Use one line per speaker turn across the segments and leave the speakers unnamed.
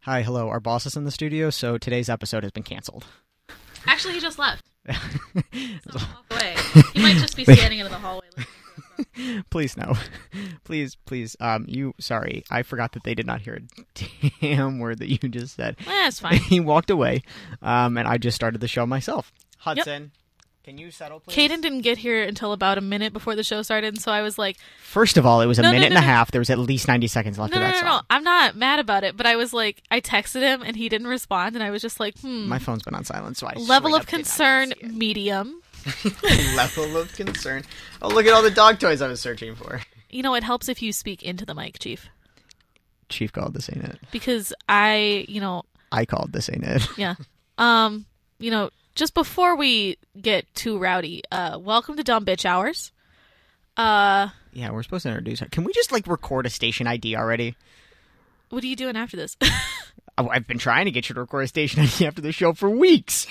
Hi, hello. Our boss is in the studio, so today's episode has been canceled.
Actually, he just left. So walk away. He might just be standing in the hallway. listening to us.
please no. please, please. Um, you. Sorry, I forgot that they did not hear a damn word that you just said.
Eh, it's fine.
he walked away, um, and I just started the show myself. Hudson, can you settle, please?
Caden didn't get here until about a minute before the show started, and so I was like,
First of all, it was a
No, no,
minute
no,
and a
no.
half. There was at least ninety seconds left
no,
of
no,
that
no, no,
song.
I'm not mad about it, but I was like, I texted him and he didn't respond, and I was just like, hmm.
My phone's been on silent, so I
level
straight
of
up did not
concern
see it.
medium.
level of concern. Oh, look at all the dog toys I was searching for.
You know, it helps if you speak into the mic, Chief,
Chief called this ain't it.
because I, you know,
I called this ain't it.
yeah, um, you know, just before we get too rowdy, uh, welcome to Dumb Bitch Hours. Uh,
Yeah, we're supposed to introduce her. Can we just like record a station ID already?
what are you doing after this?
I- I've been trying to get you to record a station ID after the show for weeks.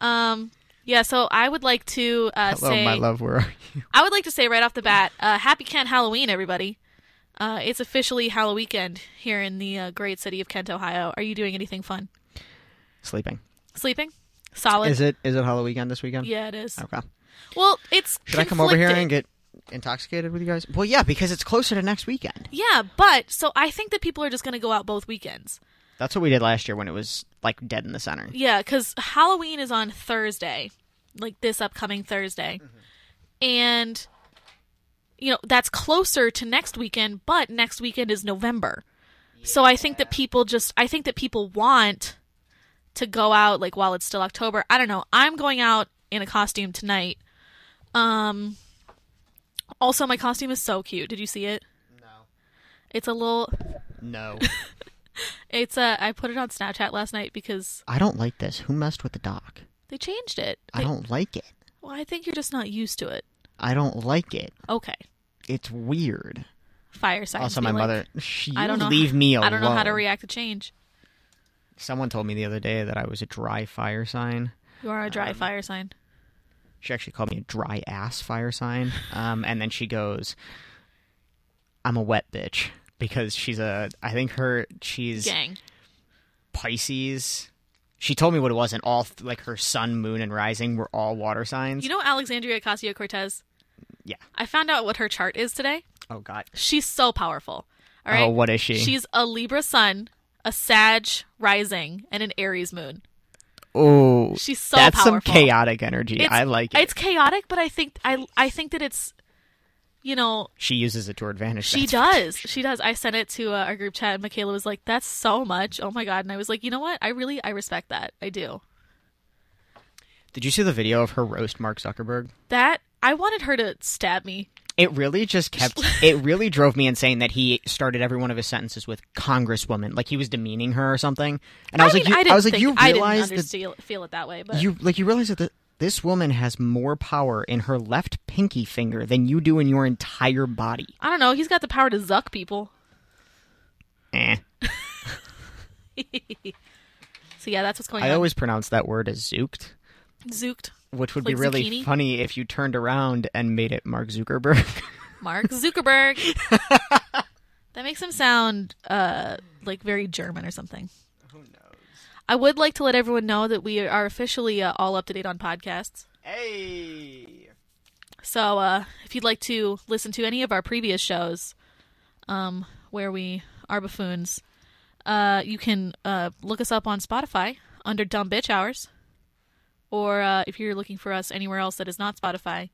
Um, yeah, so I would like to uh,
Hello,
say
my love. Where are you?
I would like to say right off the bat, uh, happy Kent Halloween, everybody! Uh, it's officially Halloween weekend here in the uh, great city of Kent, Ohio. Are you doing anything fun?
Sleeping.
Sleeping? Solid?
Is it? Is it Halloween weekend this weekend?
yeah, it is.
Okay.
Well, it's
Should I come over here
conflicted.
and get intoxicated with you guys? Well, yeah, because it's closer to next weekend.
Yeah, but so I think that people are just going to go out both weekends.
That's what we did last year when it was like dead in the center.
Yeah, because Halloween is on Thursday, like this upcoming Thursday. And, you know, that's closer to next weekend, but next weekend is November. So I think that people just, I think that people want to go out, like, while it's still October. I don't know. I'm going out in a costume tonight. Um, also, my costume is so cute. Did you see it? It's a little,
No. No.
it's a, I put it on Snapchat last night because
I don't like this. Who messed with the dock?
they changed it.
I
They-
don't like it.
Well, I think you're just not used to it.
I don't like it.
Okay.
It's weird.
Fire signs.
also,
be
my
like,
mother. She
I don't know.
leave me alone.
I don't know how to react to change.
Someone told me the other day that I was a dry fire sign.
You are a
Um,
dry fire sign.
She actually called me a dry ass fire sign. Um, and then she goes, "I'm a wet bitch." Because she's a, I think her she's
Gang.
Pisces. She told me what it was, and all like her sun, moon, and rising were all water signs.
You know Alexandria Ocasio Cortez?
Yeah.
I found out what her chart is today.
oh God.
She's so powerful. All right.
Oh, what is she?
She's a Libra sun, a Sag rising, and an Aries moon.
oh,
She's so
that's some
powerful.
chaotic energy.
It's-
I like it.
It's chaotic, but I think I I think that it's you know
She uses it to her advantage.
She
that's-
does. She does. I sent it to uh, our group chat, and Michaela was like, "That's so much. Oh my god!" And I was like, "You know what? I really, I respect that. I do
Did you see the video of her roast Mark Zuckerberg?
that. I wanted her to stab me.
It really just kept. it really drove me insane that he started every one of his sentences with "Congresswoman," like he was demeaning her or something. And I, was
mean,
like, you,
I,
I,
didn't
was like,
think-
you
I
realize
didn't
that
understand, feel it that way, but
you like you realize that the, this woman has more power in her left pinky finger than you do in your entire body.
I don't know. He's got the power to zuck people.
Eh.
So yeah, that's what's going
I
on.
always pronounce that word as "zooked,"
Zooked
which would be
Like
really
zucchini?
funny if you turned around and made it Mark Zuckerberg.
Mark Zuckerberg. that makes him sound uh, like very German or something.
Who knows?
I would like to let everyone know that we are officially uh, all up to date on podcasts.
Hey.
So uh, if you'd like to listen to any of our previous shows um, where we are buffoons, uh, you can uh, look us up on Spotify under Dumb Bitch Hours. Or uh, if you're looking for us anywhere else that is not Spotify,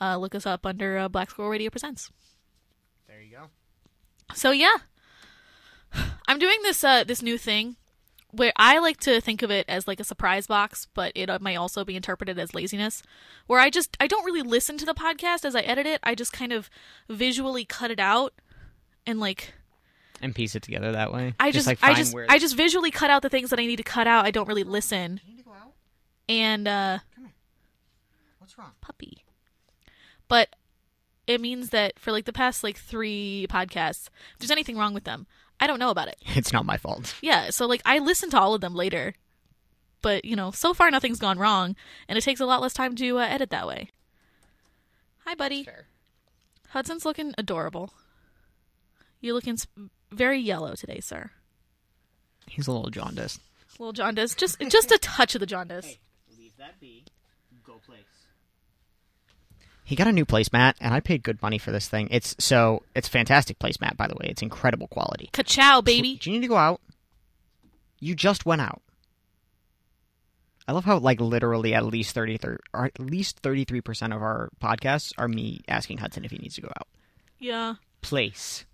uh, look us up under uh, Black Squirrel Radio Presents.
There you go.
So yeah, I'm doing this uh, this new thing where I like to think of it as like a surprise box, but it uh, might also be interpreted as laziness. Where I just I don't really listen to the podcast as I edit it. I just kind of visually cut it out and like
And piece it together that way.
I
just
just,
like
I
find
just
where
I just visually cut out the things that I need to cut out. I don't really listen.
You need to go out.
And uh
What's wrong?
puppy. But it means that for like the past like 3 podcasts, if there's anything wrong with them, I don't know about it.
It's not my fault.
Yeah, so like I listen to all of them later. But, you know, so far nothing's gone wrong, and it takes a lot less time to uh, edit that way. Hi, buddy. Hudson's looking adorable. You're looking s- very yellow today, sir.
He's a little jaundiced.
Little jaundice, just just a touch of the jaundice.
leave that be. Go place. He got a new placemat, and I paid good money for this thing. It's so it's fantastic placemat, by the way. It's incredible quality.
Ka-chow, baby.
Do you need to go out? You just went out. I love how like literally at least thirty three or at least thirty three percent of our podcasts are me asking Hudson if he needs to go out.
Yeah,
Place.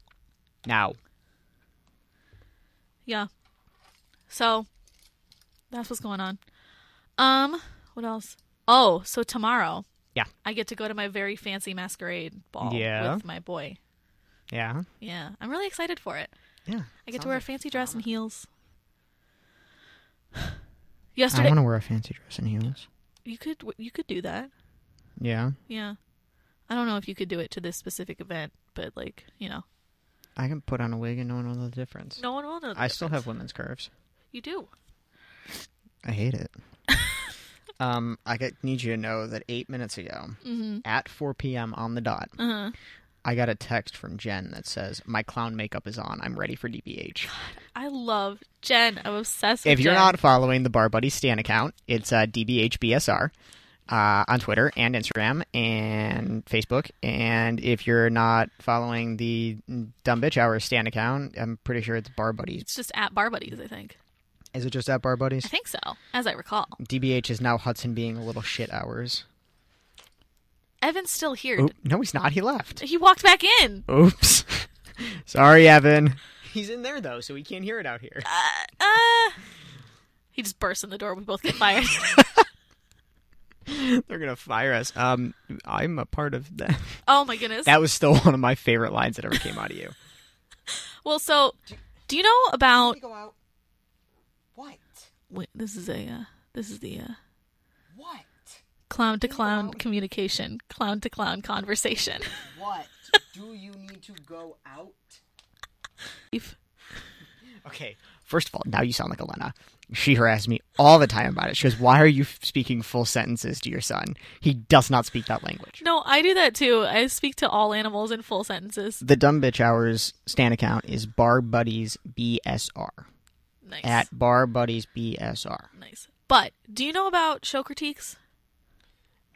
Now.
yeah. So that's what's going on. Um, what else? Oh, so tomorrow.
Yeah.
I get to go to my very fancy masquerade ball
Yeah.
with my boy.
Yeah.
Yeah, I'm really excited for it.
Yeah.
I get
Sounds
to wear a
like-
fancy dress and heels.
I
Yesterday,
want to wear a fancy dress and heels.
you could you could do that.
Yeah.
Yeah, I don't know if you could do it to this specific event, but like you know,
I can put on a wig and no one will know the difference.
no one will know. the
I still
difference.
have women's curves.
You do.
I hate it. um, I get, need you to know that eight minutes ago, at 4 p.m. on the dot,
Uh-huh.
I got a text from Jen that says, "My clown makeup is on. I'm ready for DBH."
I love Jen. I'm obsessed. with
If you're
Jen.
not following the Bar Buddy Stan account, it's uh, DBHBSR uh, on Twitter and Instagram and Facebook. And if you're not following the Dumb Bitch Hour Stan account, I'm pretty sure it's Bar Buddies.
it's just at Bar Buddies. I think.
Is it just at Bar Buddies?
I think so, as I recall.
DBH is now Hudson being a little shit hours.
Evan's still here.
Oh, no, he's not. He left.
He walked back in.
Oops. Sorry, Evan. He's in there though, so he can't hear it out here.
Uh, he just bursts in the door. We both get fired.
They're gonna fire us. Um, I'm a part of that.
oh my goodness.
That was still one of my favorite lines that ever came out of you.
well, so do you know about?
go out. What?
Wait, this is a. Uh, this is the. Uh,
What?
clown to clown communication, clown to clown conversation.
What? Do you need to go out?
If-
Okay. First of all, now you sound like Elena. She harasses me all the time about it. She goes, "Why are you f- speaking full sentences to your son? He does not speak that language."
no, I do that too. I speak to all animals in full sentences.
The Dumb Bitch Hours Stan account is Bar Buddies BSR
Nice.
at Bar Buddies BSR.
nice. But do you know about show critiques?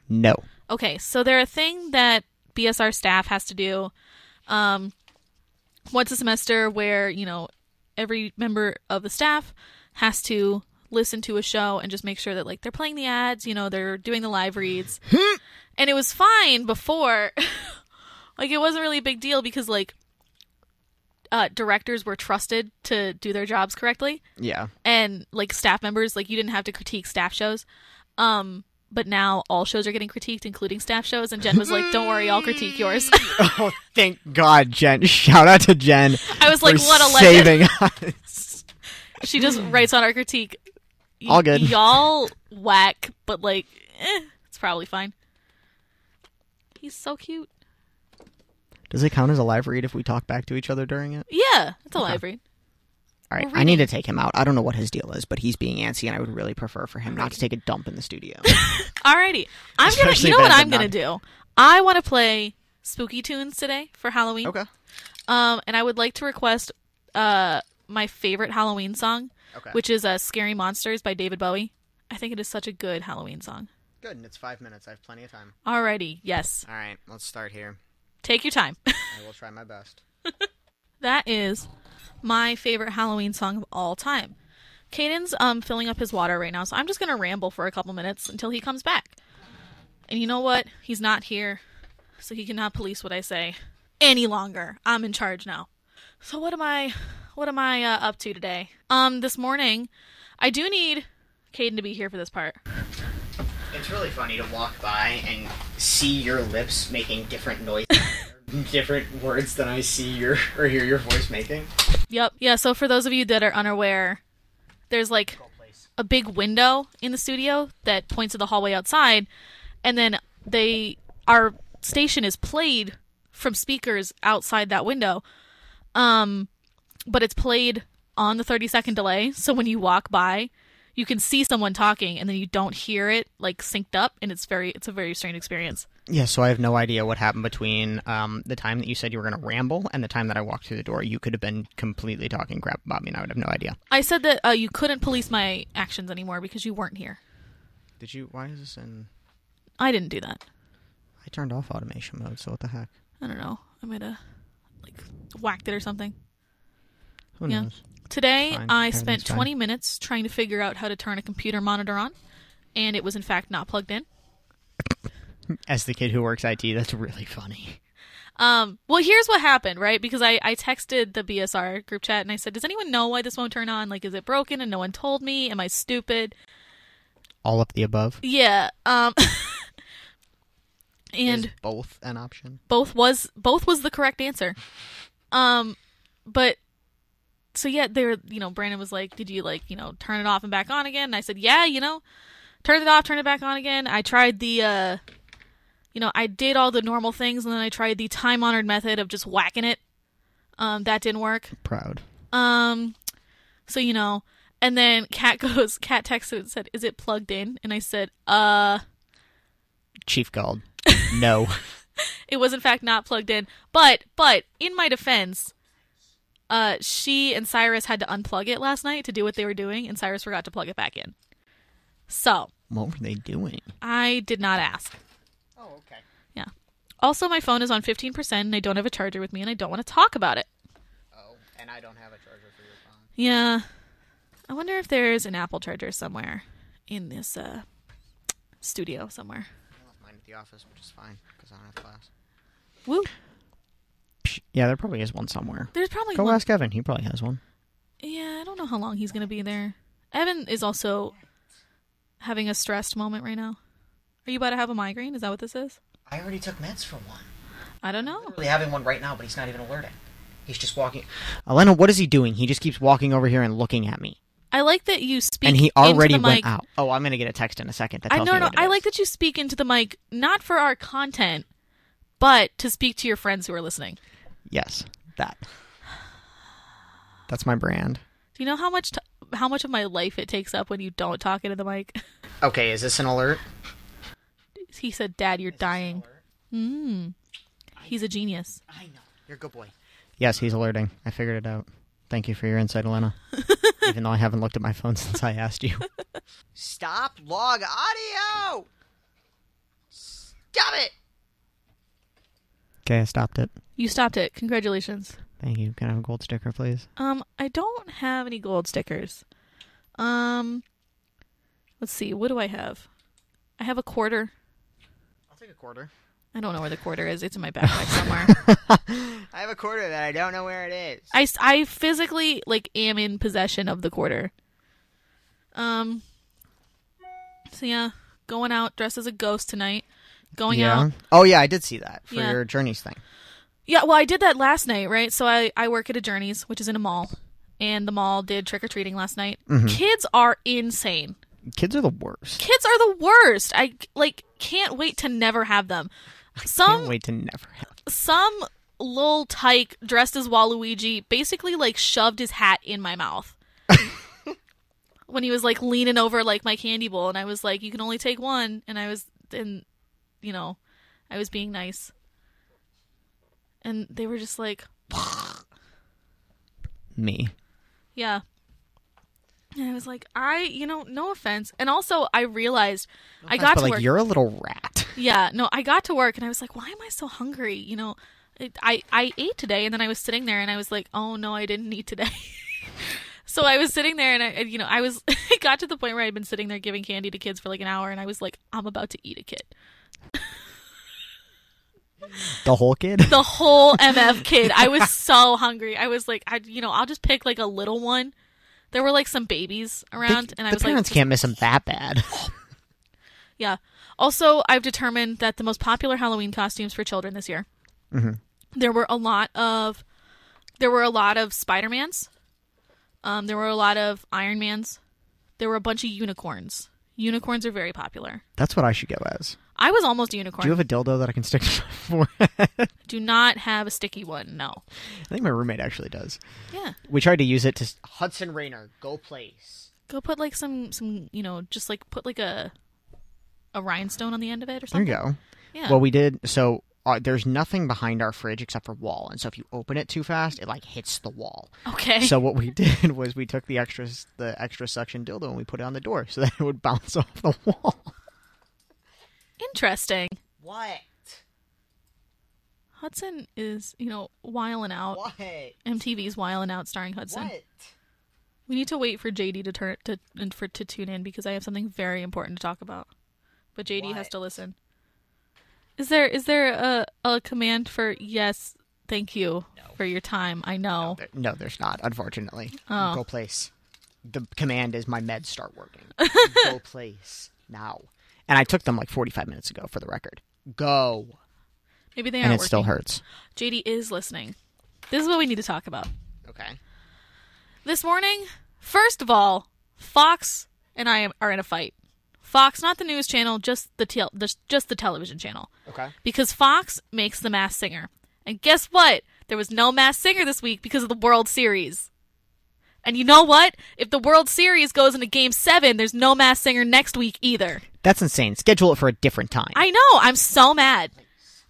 No,
Okay, so they're a thing that BSR staff has to do um, once a semester where, you know, every member of the staff has to listen to a show and just make sure that, like, they're playing the ads, you know, they're doing the live reads. and it was fine before. like, it wasn't really a big deal because, like, uh, directors were trusted to do their jobs correctly
yeah,
and like staff members like you didn't have to critique staff shows um but now all shows are getting critiqued including staff shows and jen was like don't worry i'll critique yours
Oh, thank God, Jen. Shout out to Jen.
I was like,
for
what a
saving
legend.
us.
she just writes on our critique "Y-
All good.
y'all whack but like eh, it's probably fine he's so cute
Does it count as a live read if we talk back to each other during it?
yeah it's a live read
All right,
We're
I need to take him out. I don't know what his deal is, but he's being antsy, and I would really prefer for him not to take a dump in the studio.
alrighty i'm gonna
Especially
you know what
Ben's a
i'm gonna
nun.
do i want to play spooky tunes today for halloween Um, and I would like to request uh my favorite Halloween song,
Okay.
which is uh, "Scary Monsters" by David Bowie. I think it is such a good Halloween song.
good. And it's five minutes. I have plenty of time.
Alrighty, yes,
All right, let's start here.
take your time.
I will try my best.
that is my favorite Halloween song of all time. Caden's um filling up his water right now, so I'm just gonna ramble for a couple minutes until he comes back. And you know what? He's not here, so he cannot police what I say any longer. I'm in charge now. So what am I what am I uh, up to today? Um this morning, I do need Caden to be here for this part.
It's really funny to walk by and see your lips making different noises, different words than I see your or hear your voice making.
Yep. Yeah, so for those of you that are unaware, there's like a big window in the studio that points to the hallway outside, and then they our station is played from speakers outside that window. Um but it's played on the 30 second delay, so when you walk by, you can see someone talking and then you don't hear it like synced up and it's very it's a very strange experience.
Yeah, so I have no idea what happened between um, the time that you said you were going to ramble and the time that I walked through the door. You could have been completely talking crap about me, and I would have no idea.
I said that uh, you couldn't police my actions anymore because you weren't here.
Did you? Why is this in?
I didn't do that.
I turned off automation mode, so what the heck?
I don't know. I might have like whacked it or something.
Who
Yeah.
knows?
Today,
Fine.
I spent
Everything's fine.
20 minutes trying to figure out how to turn a computer monitor on, and it was in fact not plugged in.
As the kid who works IT, that's really funny.
Um, well, here's what happened, right? Because I, I texted the BSR group chat and I said, Does anyone know why this won't turn on? Like, is it broken and no one told me? Am I stupid?
All up the above.
Yeah. Um, and
Is both an option.
both was both was the correct answer. Um, but so yeah, they were you know Brandon was like, did you like you know turn it off and back on again? And I said, yeah, you know, turned it off, turned it back on again. I tried the, uh, you know, I did all the normal things, and then I tried the time honored method of just whacking it. Um, that didn't work.
Proud.
Um, so you know, and then Kat goes, Kat texted and said, is it plugged in? And I said, uh.
Chief Gold. No.
it was in fact not plugged in but but in my defense uh she and cyrus had to unplug it last night to do what they were doing and cyrus forgot to plug it back in so
what were they doing?
i did not ask
Oh, okay.
yeah also my phone is on 15% and i don't have a charger with me and i don't want to talk about it
Oh, and I don't have a charger for your phone.
yeah i wonder if there's an apple charger somewhere in this uh studio somewhere
I left mine at the office, which is fine because I don't have class.
woo
Yeah, there probably is one somewhere.
there's probably
Go
one
ask Evan. He probably has one.
Yeah, I don't know how long he's going to be there. Evan is also having a stressed moment right now. Are you about to have a migraine? Is that what this is?
I already took meds for one.
I don't know.
Really having one right now, but he's not even alerting. He's just walking. Elena, what is he doing? He just keeps walking over here and looking at me.
I like that you speak.
and he
into
already
the
went
mic.
out. Oh, I'm gonna get a text in a second. That
I
tells
no
me
no.
what it
I
is.
like that you speak into the mic, not for our content, but to speak to your friends who are listening.
Yes, that. That's my brand.
Do you know how much t- how much of my life it takes up when you don't talk into the mic?
Okay, is this an alert?
he said, "Dad, you're dying." Mm. He's a genius.
I know. You're a good boy. Yes, he's alerting. I figured it out. Thank you for your insight, Elena. Even though I haven't looked at my phone since I asked you. Stop log audio! Stop it! Okay, I stopped it.
You stopped it. Congratulations.
Thank you. Can I have a gold sticker, please?
Um, I don't have any gold stickers. Um, let's see. What do I have? I have a quarter.
I'll take a quarter.
I don't know where the quarter is. It's in my backpack somewhere.
I have a quarter that I don't know where it is.
I, s- I physically like am in possession of the quarter. Um. So yeah, going out dressed as a ghost tonight. Going
yeah.
out.
Oh yeah, I did see that for
Yeah.
your journeys thing.
Yeah. Well, I did that last night, right? So I I work at a Journeys, which is in a mall, and the mall did trick or treating last night. Kids are insane.
Kids are the worst.
kids are the worst. I like can't wait to never have them.
Can't
Some
wait to never have.
some lil tyke dressed as Waluigi basically like shoved his hat in my mouth. when he was like leaning over like my candy bowl and I was like you can only take one and I was and you know I was being nice. And they were just like
me.
yeah. And I was like, I, you know, no offense. And also, I realized I got
but
to
like
work.
you're a little rat.
Yeah, no, I got to work and I was like, why am I so hungry? You know, it, I I ate today and then I was sitting there and I was like, oh no, I didn't eat today. so I was sitting there and I, and, you know, I was it got to the point where I'd been sitting there giving candy to kids for like an hour and I was like, I'm about to eat a kid,
The whole kid.
the whole MF kid. I was so hungry. I was like, I you know, I'll just pick like a little one. There were like some babies around and I
the
was like,
parents can't miss them that bad.
Yeah. Also, I've determined that the most popular Halloween costumes for children this year, there were a lot of, there were a lot of Spider Mans, um, there were a lot of Iron Mans, there were a bunch of unicorns. Unicorns are very popular.
That's what I should go as.
I was almost a unicorn.
Do you have a dildo that I can stick to my forehead? I
Do not have a sticky one. No.
think my roommate actually does.
Yeah.
We tried to use it to Hudson Rayner, go place.
Go put like some some you know just like put like a a rhinestone on the end of it or
There you
something.
go.
Yeah.
Well, we did. So uh, there's nothing behind our fridge except for wall, and so if you open it too fast, it like hits the wall.
okay.
So what we did was we took the extra the extra suction dildo and we put it on the door so that it would bounce off the wall.
Interesting.
What?
Hudson is you know wiling out.
What?
MTV's wiling out starring Hudson. We need to wait for JD to turn to and for to tune in because I have something very important to talk about. But JD has
What?
to listen. Is there is there a a command for yes, thank you for your time. I know.
No, there's not. Unfortunately,
Oh.
go place. The command is my meds start working. go place now. And I took them like 45 minutes ago, for the record. Go.
Maybe they
and
aren't
it
working.
still hurts.
JD is listening. This is what we need to talk about.
Okay.
This morning, first of all, Fox and I am, are in a fight. Fox, not the news channel, just the tel- just, just the television channel.
Okay.
because Fox makes The Mass Singer. And guess what? There was no Mass Singer this week because of the World Series. And you know what? If the World Series goes into Game 7, there's no Mass Singer next week either.
That's insane. Schedule it for a different time.
I know. I'm so mad.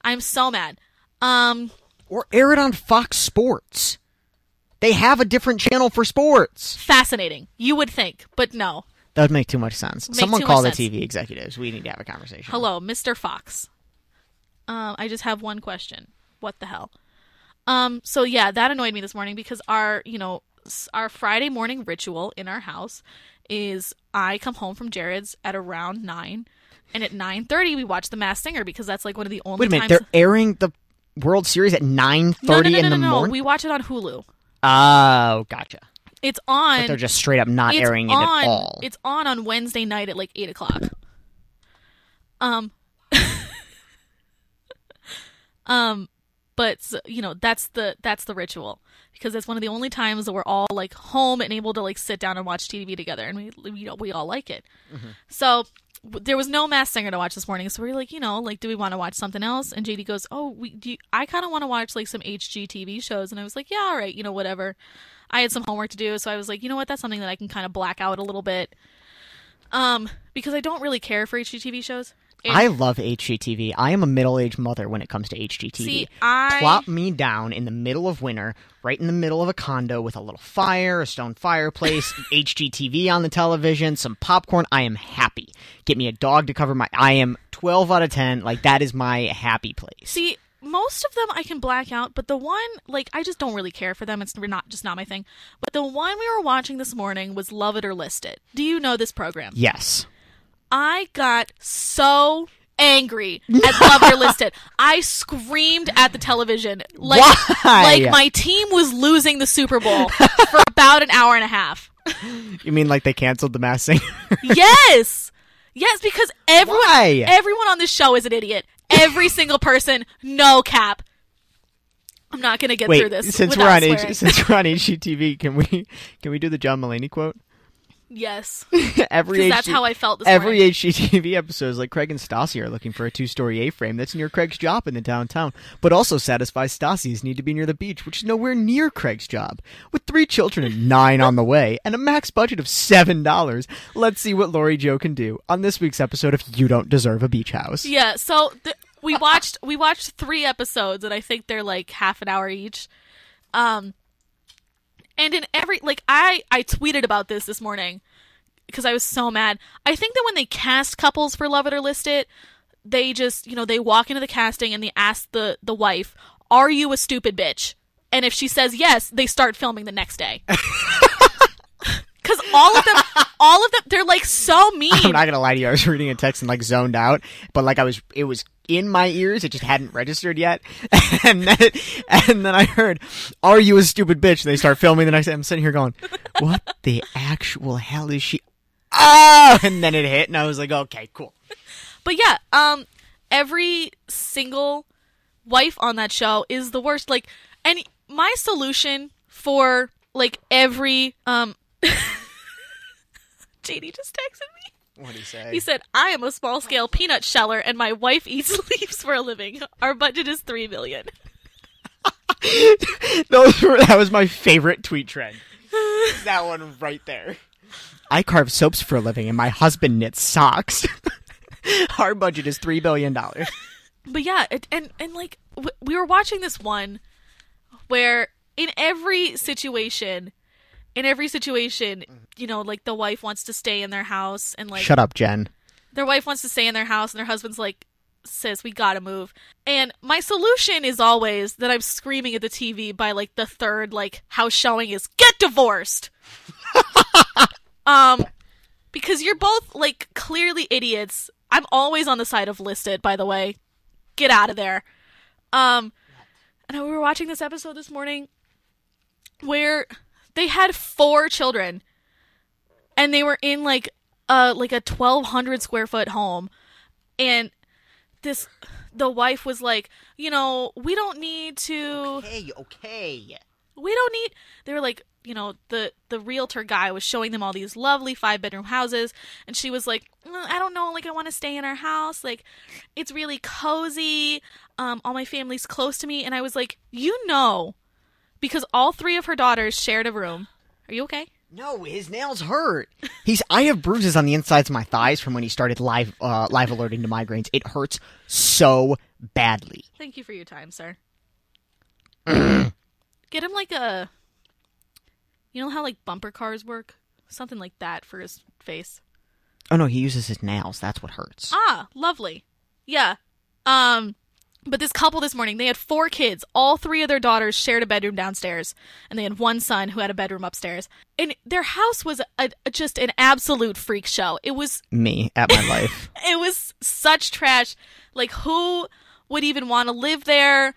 I'm so mad. Um,
or air it on Fox Sports. They have a different channel for sports.
fascinating. You would think, but no.
That would make too much sense.
Make
Someone
too
call the
much sense.
TV executives. We need to have a conversation.
Hello, Mr. Fox. Um, I just have one question. What the hell? Um, so yeah, that annoyed me this morning because our, you know, s- our Friday morning ritual in our house is I come home from Jared's at around nine, and at nine thirty we watch The Masked Singer because that's like one of the only
Wait a minute.
times.
They're airing the World Series at 9.30
no, no, no,
in
no,
the
no, no.
morning?
We watch it on Hulu.
Oh, gotcha.
It's on.
They're just straight up not
it's
airing
on,
it at all.
It's on on Wednesday night at like eight o'clock. Um, um, but so, you know that's the that's the ritual because that's one of the only times that we're all like home and able to like sit down and watch TV together, and we we, we all like it. So w- there was no mass singer to watch this morning so we are like you know like do we want to watch something else and jd goes oh we do you, i kind of want to watch like some hgtv shows and i was like yeah all right you know whatever i had some homework to do so i was like you know what that's something that i can kind of black out a little bit um because i don't really care for hgtv shows And
I love HGTV. I am a middle-aged mother when it comes to HGTV.
See, I-
plop me down in the middle of winter, right in the middle of a condo with a little fire, a stone fireplace, HGTV on the television, some popcorn. I am happy. Get me a dog to cover my. I am twelve out of ten. Like that is my happy place.
see most of them i can black out but the one like i just don't really care for them it's not just not my thing but the one we were watching this morning was love it or list it do you know this program
Yes.
I got so angry at Love Your Listed. I screamed at the television like
Why?
like my team was losing the Super Bowl for about an hour and a half.
You mean like they canceled the mass singer?
Yes. Yes, because everyone
Why?
everyone on this show is an idiot. Every single person, no cap. I'm not gonna get through
Wait,
this.
since we're
without
on
swearing.
H- since we're on HGTV, can we can we do the John Mulaney quote?
yes,
Every
because that's
HG
how I felt this
Every
morning.
HGTV episode is like Craig and Stassi are looking for a two-story A-frame that's near Craig's job in the downtown, but also satisfies Stassi's need to be near the beach, which is nowhere near Craig's job. With three children and nine on the way, and a max budget of seven dollars, let's see what Lori Joe can do on this week's episode of You Don't Deserve a Beach House.
Yeah, so th- we watched we watched three episodes, and I think they're like half an hour each. Um, and in every like I I tweeted about this this morning because I was so mad. I think that when they cast couples for Love It or List It, they just you know they walk into the casting and they ask the the wife, "Are you a stupid bitch?" And if she says yes, they start filming the next day. Because all of them, all of them, they're like so mean.
I'm not gonna lie to you. I was reading a text and like zoned out, but like I was, it was in my ears. It just hadn't registered yet, and then it, and then I heard, "Are you a stupid bitch?" And they start filming. The next, I'm sitting here going, "What the actual hell is she?" Oh, and then it hit, and I was like, "Okay, cool."
But yeah, um, every single wife on that show is the worst. Like, and my solution for like every um, JD just texted me.
What do you say?
He said, "I am a small scale peanut sheller, and my wife eats leaves for a living. Our budget is three million.
Those were, that was my favorite tweet trend. that one right there. I carve soaps for a living, and my husband knits socks. Our budget is three billion dollars.
But yeah, it, and and like w- we were watching this one where in every situation, in every situation, you know, like the wife wants to stay in their house and like
Shut up, Jen.
their wife wants to stay in their house and their husband's like sis we gotta move and my solution is always that i'm screaming at the tv by like the third like house showing is get divorced um because you're both like clearly idiots i'm always on the side of listed by the way get out of there um and we were watching this episode this morning where they had four children and they were in like a like a 1200 square foot home and this the wife was like you know we don't need to
Hey, okay.
we don't need they were like you know the the realtor guy was showing them all these lovely five bedroom houses and she was like "Mm, i don't know like i want to stay in our house like it's really cozy um all my family's close to me and i was like you know because all three of her daughters shared a room are you okay
No, his nails hurt. He's. I have bruises on the insides of my thighs from when he started live uh, live alerting to migraines. It hurts so badly.
Thank you for your time, sir. Get him like a. You know how like bumper cars work? Something like that for his face.
Oh no, he uses his nails. That's what hurts.
Ah, lovely. Yeah. Um but this couple this morning, they had four kids. All three of their daughters shared a bedroom downstairs, and they had one son who had a bedroom upstairs. And their house was a, a- just an absolute freak show. It was
Me at my life.
it was such trash. Like who would even want to live there?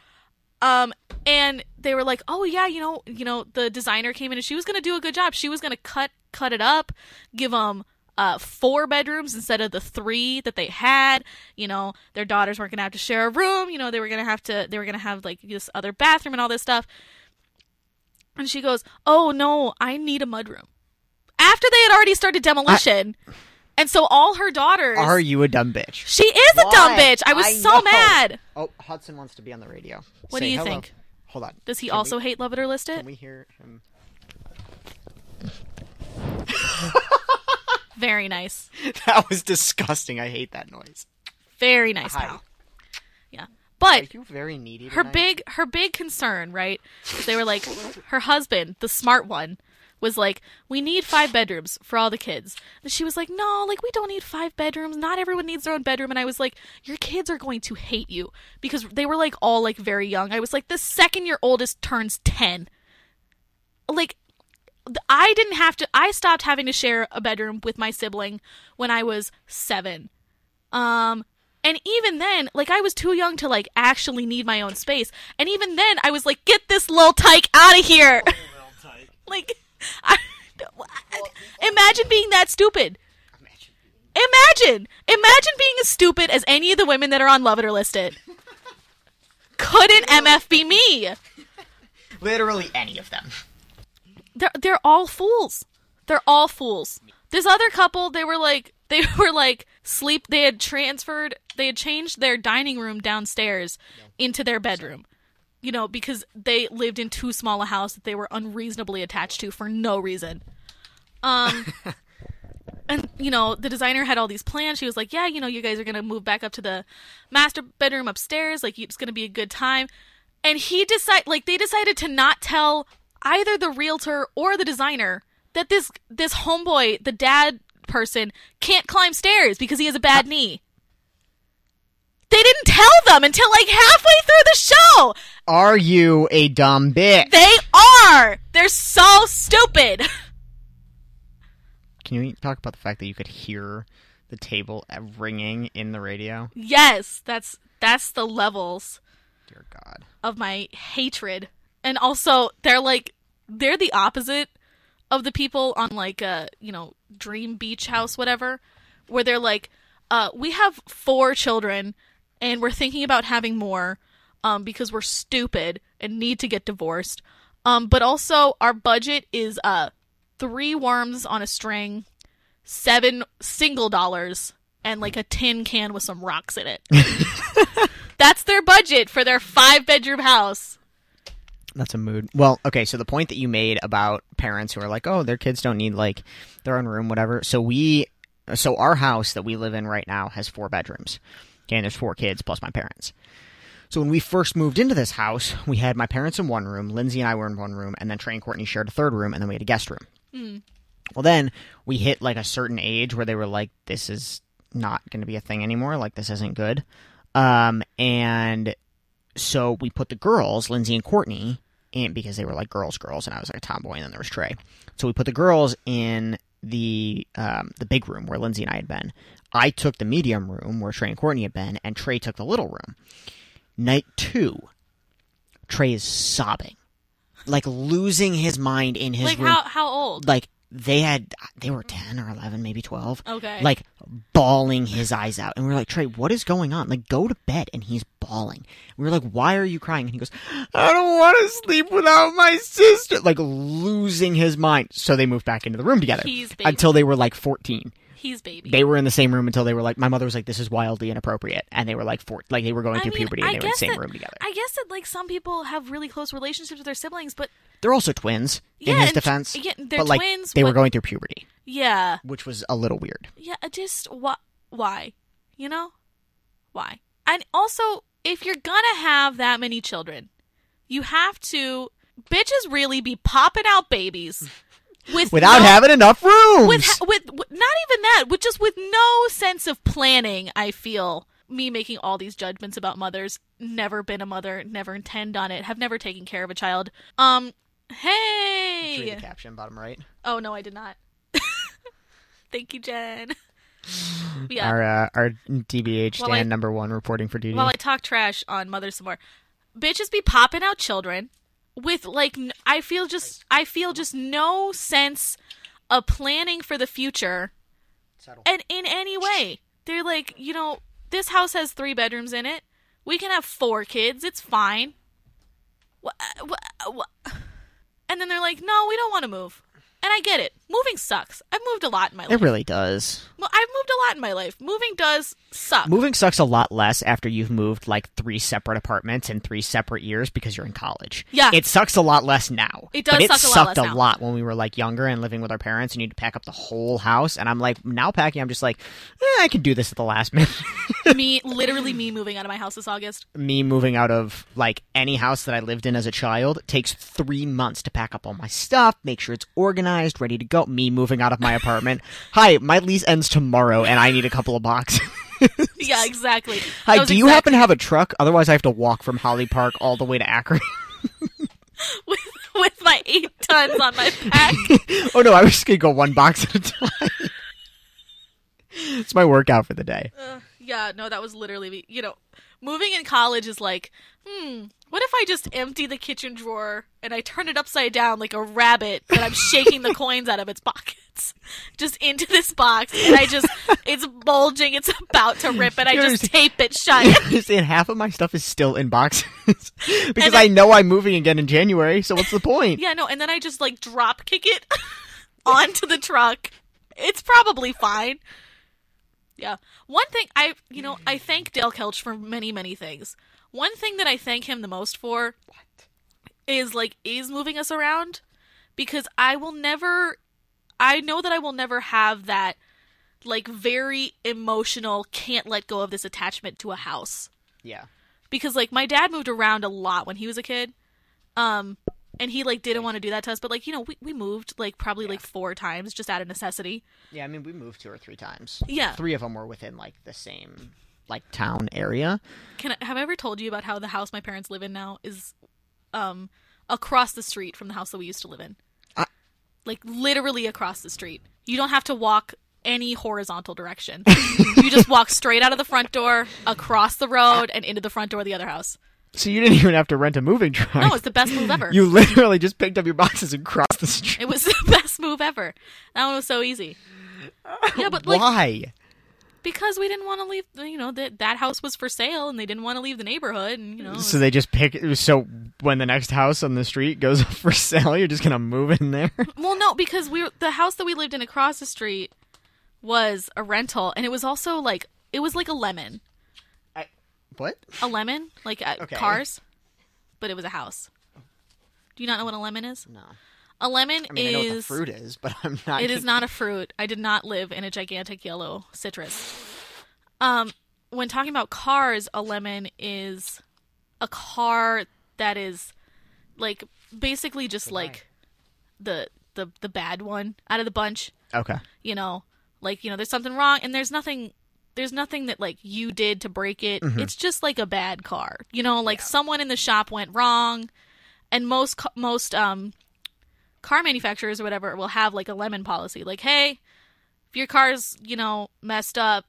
Um and they were like, "Oh yeah, you know, you know, the designer came in and she was going to do a good job. She was going to cut cut it up, give them uh, four bedrooms instead of the three that they had. You know, their daughters weren't going to have to share a room. You know, they were going to have to they were going to have like this other bathroom and all this stuff." And she goes, "Oh no, I need a mudroom." After they had already started demolition, and so all her daughters
Are you a dumb bitch?
she is a dumb
What?
bitch. I was
I
so
know.
mad.
Oh, Hudson wants to be on the radio.
What
Say
do you
hello.
think?
Hold on.
Does he
Can we-
also hate love it or list it?
can we hear him?
Very nice.
That was disgusting. I hate that noise.
Very nice,
Hi.
pal. Yeah.
Are
But
you very needy?
her
tonight?
big her big concern, right? is They were like her husband, the smart one, was like, "We need five bedrooms for all the kids." And she was like, "No, like we don't need five bedrooms. Not everyone needs their own bedroom." And I was like, "Your kids are going to hate you because they were like all like very young." I was like, "The second your oldest turns 10, like th- I didn't have to I stopped having to share a bedroom with my sibling when I was 7. Um and even then, like I was too young to like actually need my own space. And even then, I was like, "Get this little tyke out of here!" like, I, imagine being that stupid.
Imagine being-
Imagine, imagine being as stupid as any of the women that are on Love It or Listed. Couldn't MF be me?
Literally any of them.
they're they're all fools. They're all fools. This other couple, they were like they were like sleep. They had transferred. They had changed their dining room downstairs into their bedroom. You know, because they lived in too small a house that they were unreasonably attached to for no reason. Um. And you know the designer had all these plans. She was like, "Yeah, you know, you guys are gonna move back up to the master bedroom upstairs. Like, it's gonna be a good time." and he decide like they decided to not tell either the realtor or the designer that this this homeboy the dad person can't climb stairs because he has a bad knee they didn't tell them until like halfway through the show
Are you a dumb bitch?
they are they're so stupid
Can you talk about the fact that you could hear the table uh, ringing in the radio?
yes that's that's the levels
Dear God.
of my hatred. And also, they're like they're the opposite of the people on like a you know dream beach house whatever, where they're like, uh, we have four children and we're thinking about having more, um, because we're stupid and need to get divorced. Um, but also our budget is uh three worms on a string, seven single dollars, and like a tin can with some rocks in it. That's their budget for their five bedroom house.
that's a mood. Well, okay, so the point that you made about parents who are like, "Oh, their kids don't need like their own room whatever." So we so our house that we live in right now has four bedrooms. Okay, and there's four kids plus my parents. So when we first moved into this house, we had my parents in one room, Lindsay and I were in one room, and then Trey and Courtney shared a third room, and then we had a guest room. Well, then we hit like a certain age where they were like, "This is not going to be a thing anymore. Like this isn't good." Um, and so we put the girls, Lindsay and Courtney, in because they were like girls, girls, and I was like a tomboy, and then there was Trey. So we put the girls in the um, the big room where Lindsay and I had been. I took the medium room where Trey and Courtney had been, and Trey took the little room. Night two, Trey is sobbing, like losing his mind in his
Like
room.
how how old?
like they had they were 10 or 11 maybe 12
Okay.
like bawling his eyes out and we are like trey what is going on like go to bed and he's bawling we were like why are you crying and he goes i don't want to sleep without my sister like losing his mind so they moved back into the room together
He's baby.
until they were like 14
He's baby.
they were in the same room until they were like my mother was like this is wildly inappropriate and they were like four like they were going
I
through
mean,
puberty and
I
they were in the
guess
same
that-
room together
I guess that like some people have really close relationships with their siblings, but
they're also twins in
Yeah,
his
and-
defense
yeah, they're
but like
twins,
they were
but-
going through puberty
yeah,
which was a little weird
yeah. I Just why? Why? You know, why? And also, if you're gonna have that many children, you have to bitches really be popping out babies with
without
no-
having enough rooms.
with, ha- with with not even that with just with no sense of planning i feel me making all these judgments about mothers never been a mother never intend on it have never taken care of a child um
Should we read
hey
the caption bottom right.
oh no i did not thank you jen yeah
Our uh, our DBH
Well,
stand
I-
number one reporting for duty.
while i talk trash on mothers some more bitches be popping out children with like n- i feel just i feel just no sense of planning for the future
Settle.
and in any way they're like you know this house has three bedrooms in it we can have four kids it's fine Wha- uh, wha- uh, wha- and then they're like no we don't want to move and i get it moving sucks i've moved a lot in my
it
life
really does.
well, i've moved a lot in my life moving does suck
Moving sucks a lot less after you've moved like three separate apartments in three separate years because you're in college.
Yeah.
it sucks a lot less now.
It does
but it
suck a lot
sucked
less
a
now.
lot when we were like younger and living with our parents, and you had to pack up the whole house. And I'm like, now packing, I'm just like, eh, I can do this at the last minute.
me literally me moving out of my house this august
me moving out of like any house that I lived in as a child takes three months to pack up all my stuff, make sure it's organized, ready to go. Me moving out of my apartment. Hi, my lease ends tomorrow and I need a couple of boxes.
yeah exactly
Hi,
That was
do you
exact-
happen to have a truck? Otherwise, I have to walk from Holly Park all the way to Akron.
with, with my eight tons on my back
oh no, I was just gonna go one box at a time. it's my workout for the day.
Ugh, yeah, no, that was literally me. You know, moving in college is like, hmm, what if I just empty the kitchen drawer and I turn it upside down like a rabbit and I'm shaking the coins out of its pockets just into this box and I just, it's bulging, it's about to rip and I just tape it shut.
and half of my stuff is still in boxes because
then-
I know I'm moving again in January. So what's the point?
Yeah, no, and then I just like drop kick it onto the truck. It's probably fine. Yeah. One thing I, you know, I thank Dale Kelch for many, many things. One thing that I thank him the most for is like is moving us around because I will never I know that I will never have that like very emotional can't let go of this attachment to a house
yeah.
because like my dad moved around a lot when he was a kid um and he like didn't want to do that to us but like you know we, we moved like probably like four times just out of necessity
Yeah, I mean, we moved two or three times.
Yeah.
Three of them were within, like, the same, like, town area.
can i have i ever told you about how the house my parents live in now is um across the street from the house that we used to live in
I-
like literally across the street you don't have to walk any horizontal direction you just walk straight out of the front door across the road and into the front door of the other house
So you didn't even have to rent a moving truck.
no it's the best move ever
You literally just picked up your boxes and crossed the street.
It was the best move ever. That one was so easy. Yeah, but like
Why?
because we didn't want to leave, you know, that that house was for sale and they didn't want to leave the neighborhood and you know.
So they just pick. So when the next house on the street goes up for sale, you're just going to move in there?
well, no, because we the house that we lived in across the street was a rental and it was also like it was like a lemon.
I, what?
A lemon? Like uh,
Okay.
cars? But it was a house. Do you not know what a lemon is?
No.
A lemon
I mean, I know what the
is
fruit is, but I'm not.
It is not a fruit. I did not live in a gigantic yellow citrus. Um, when talking about cars, a lemon is a car that is like basically just like the the the bad one out of the bunch.
Okay.
You know, like you know, there's something wrong, and there's nothing. There's nothing that like you did to break it. It's just like a bad car. You know, like someone in the shop went wrong, and most ca- most um car manufacturers or whatever will have like a lemon policy like hey if your car's you know messed up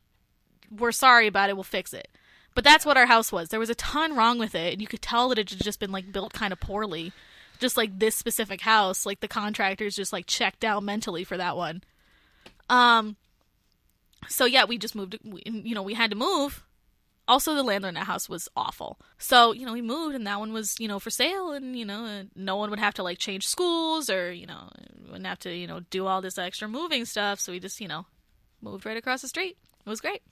we're sorry about it we'll fix it but that's what our house was there was a ton wrong with it and you could tell that it had just been like built kind of poorly just like this specific house like the contractors just like checked out mentally for that one um so yeah we just moved we, you know we had to move also the landlord in that house was awful so you know we moved and that one was you know for sale and you know and no one would have to like change schools or you know wouldn't have to you know do all this extra moving stuff so we just you know moved right across the street it was great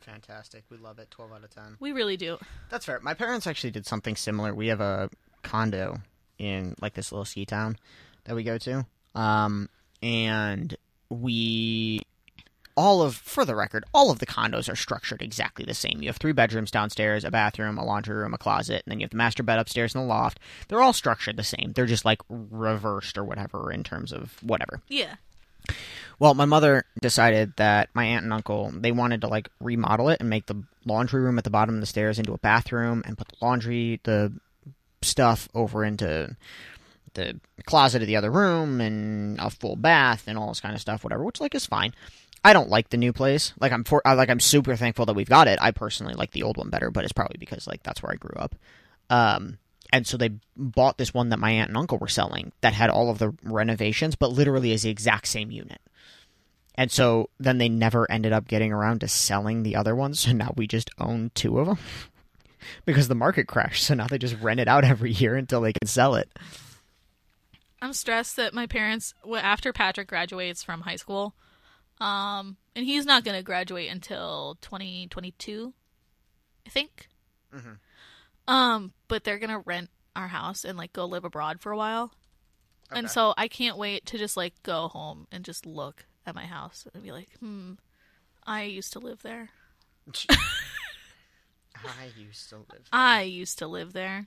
Fantastic. We love it. 12 out of 10.
we really do
That's fair. My parents actually did something similar. We have a condo in like this little ski town that we go to. Um, and we all of for the record, all of the condos are structured exactly the same. You have three bedrooms downstairs, a bathroom, a laundry room, a closet, and then you have the master bed upstairs and the loft. They're all structured the same. They're just like reversed or whatever in terms of whatever.
yeah
Well, my mother decided that my aunt and uncle they wanted to like remodel it and make the laundry room at the bottom of the stairs into a bathroom and put the laundry the stuff over into the closet of the other room and a full bath and all this kind of stuff whatever which like is fine. I don't like the new place. Like I'm for I- like I'm super thankful that we've got it. I personally like the old one better, but it's probably because like that's where I grew up. Um, and so they bought this one that my aunt and uncle were selling that had all of the renovations, but literally is the exact same unit. And so then they never ended up getting around to selling the other ones. So now we just own two of them because the market crashed. So now they just rent it out every year until they can sell it.
i'm stressed that my parents well, after patrick graduates from high school um and he's not going to graduate until 2022 i think um but they're going to rent our house and like go live abroad for a while And so I can't wait to just like go home and just look at my house and be like, hmm, I used to live there.
I used to live.
I used to live there.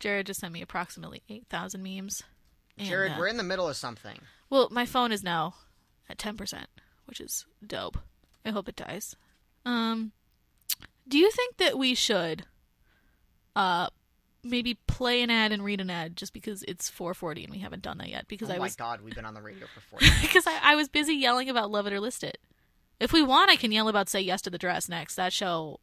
Jared just sent me approximately 8,000 memes. And,
Jared,
uh,
we're in the middle of something.
well, my phone is now at 10%, which is dope. I hope it dies. Um, do you think that we should uh, maybe play an ad and read an ad just because it's 440 and we haven't done that yet? Because
Oh
I
my
was
God, we've been on the radio for four. years.
because I, I was busy yelling about Love It or List It. If we want, I can yell about Say Yes to the Dress next. That show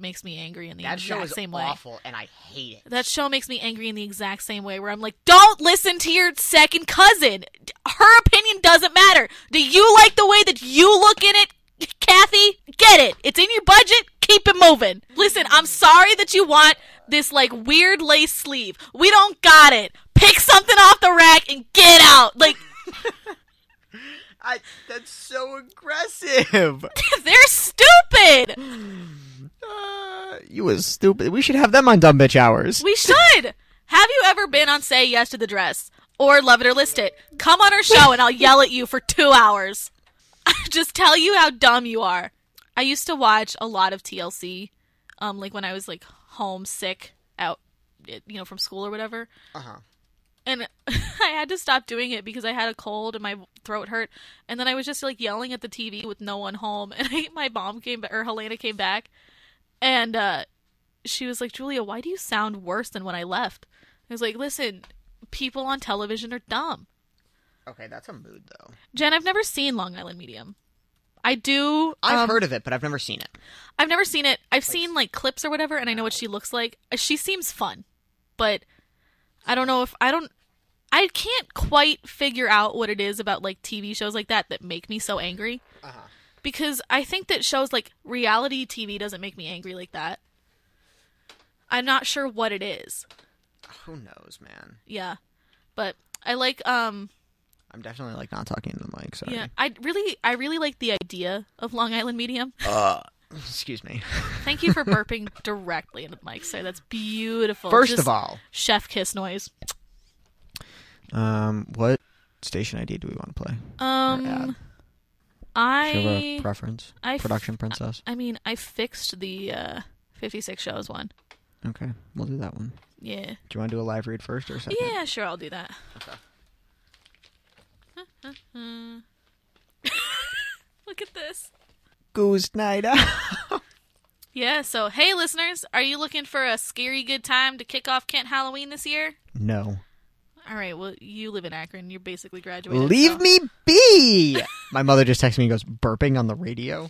makes me angry in the
That
exact
show is
same way.
awful, and I hate it.
That show makes me angry in the exact same way where I'm like, don't listen to your second cousin. D- Her opinion doesn't matter. Do you like the way that you look in it, Kathy? Get it. It's in your budget. Keep it moving. Listen, I'm sorry that you want this like weird lace sleeve. We don't got it. Pick something off the rack and get out. Like
I, that's so aggressive.
they're stupid.
Uh, you was stupid. We should have them on dumb bitch hours.
We should. Have you ever been on Say Yes to the Dress or Love It or List It? Come on our show and I'll yell at you for two hours. Just tell you how dumb you are. I used to watch a lot of TLC, um, like when I was like homesick out, you know, from school or whatever.
Uh huh.
And I had to stop doing it because I had a cold and my throat hurt. And then I was just like yelling at the TV with no one home. And I, my mom came ba- or Helena came back, and uh, she was like, "Julia, why do you sound worse than when I left?" I was like, "Listen, people on television are dumb."
Okay, that's a mood though.
Jen, I've never seen Long Island Medium. I do.
I've
um,
heard of it, but I've never seen it.
I've never seen it. I've seen like clips or whatever, and I know what she looks like. Uh, She seems fun, but I don't know if I don't. I can't quite figure out what it is about like TV shows like that that make me so angry.
Uh-huh.
Because I think that shows like reality TV doesn't make me angry like that. I'm not sure what it is.
Who knows, man?
Yeah, but I like um
I'm definitely like not talking to the mic. Sorry.
yeah I really I really like the idea of Long Island Medium.
Uh, excuse me.
Thank you for burping directly into the mic, sir. That's beautiful.
First
Just-
of all,
chef kiss noise.
Um, what station ID do we want to play?
Um,
Do you have
I
a preference?
I f-
Production Princess.
I mean, I fixed the uh, 56 shows one.
Okay, we'll do that one.
Yeah.
Do you want to do a live read first or second?
Yeah, sure, I'll do that. Look at this.
Goose night out.
Yeah, so hey, listeners, are you looking for a scary good time to kick off Kent Halloween this year?
no.
All right, well, you live in Akron. You're basically graduated.
Leave
so-
me be. My mother just texted me and goes, burping on the radio.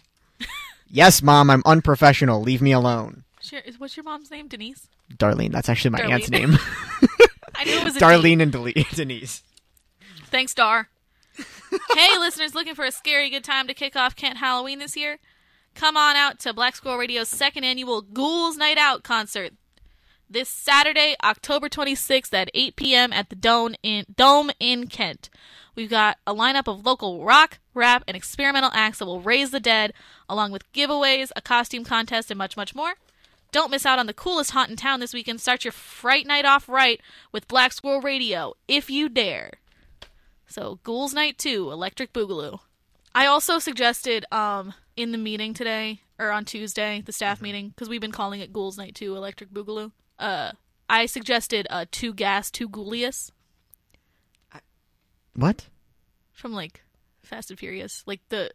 yes, mom, I'm unprofessional. Leave me alone.
Sure. is- What's your mom's name? Denise?
Darlene, that's actually my aunt's
Darlene.
name.
I knew it was a D.
Darlene and Dele- Denise.
Thanks, Dar. hey, listeners, looking for a scary good time to kick off Kent Halloween this year? Come on out to Black Squirrel Radio's second annual Ghouls Night Out concert this Saturday, October 26th at 8 p.m. at the Dome in, Dome in Kent. We've got a lineup of local rock, rap, and experimental acts that will raise the dead, along with giveaways, a costume contest, and much, much more. Don't miss out on the coolest haunt in town this weekend. Start your fright night off right with Black Squirrel Radio, if you dare. So Ghouls Night 2, Electric Boogaloo. I also suggested um in the meeting today or on Tuesday, the staff meeting, because we've been calling it Ghouls Night 2, Electric Boogaloo. Uh I suggested uh two gas, two ghoulius
What?
from like Fast and Furious, like the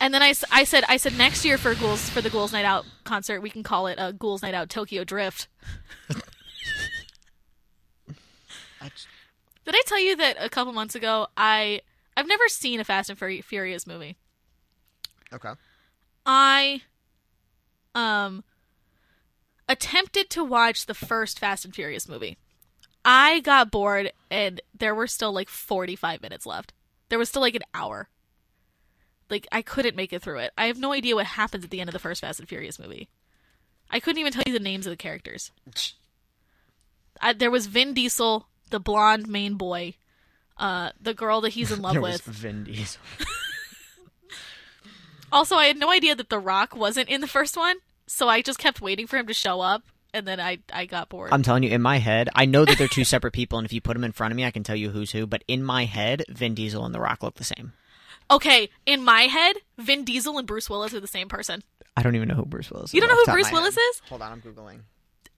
and then I, s- I said I said next year for ghouls for the ghouls night out concert we can call it a ghouls night out Tokyo Drift. Did I tell you that a couple months ago I I've never seen a Fast and Fur- Furious movie.
Okay.
I um attempted to watch the first Fast and Furious movie. I got bored and there were still like 45 minutes left. There was still like an hour. Like I couldn't make it through it. I have no idea what happens at the end of the first Fast and Furious movie. I couldn't even tell you the names of the characters. I, there was Vin Diesel, the blonde main boy, uh, the girl that he's in love
There
with.
was Vin Diesel.
Also, I had no idea that The Rock wasn't in the first one, so I just kept waiting for him to show up, and then I I got bored.
I'm telling you, in my head, I know that they're two separate people, and if you put them in front of me, I can tell you who's who. But in my head, Vin Diesel and The Rock look the same.
okay, in my head, Vin Diesel and Bruce Willis are the same person.
I don't even know who Bruce Willis is.
You don't know
off the
who
top of
Bruce
my
Willis
head.
is?
Hold on, I'm googling.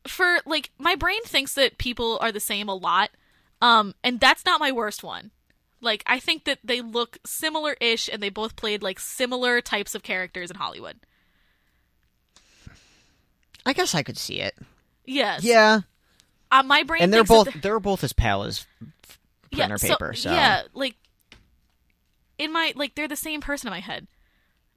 For like, my brain thinks that people are the same a lot, um, and that's not my worst one. Like, I think that they look similar-ish, and they both played like similar types of characters in Hollywood.
I guess I could see it.
Yes.
Yeah,
Uh, my brain.
and they're
thinks that
both they're both as pale as printer paper. So
yeah, like in my like they're the same person in my head.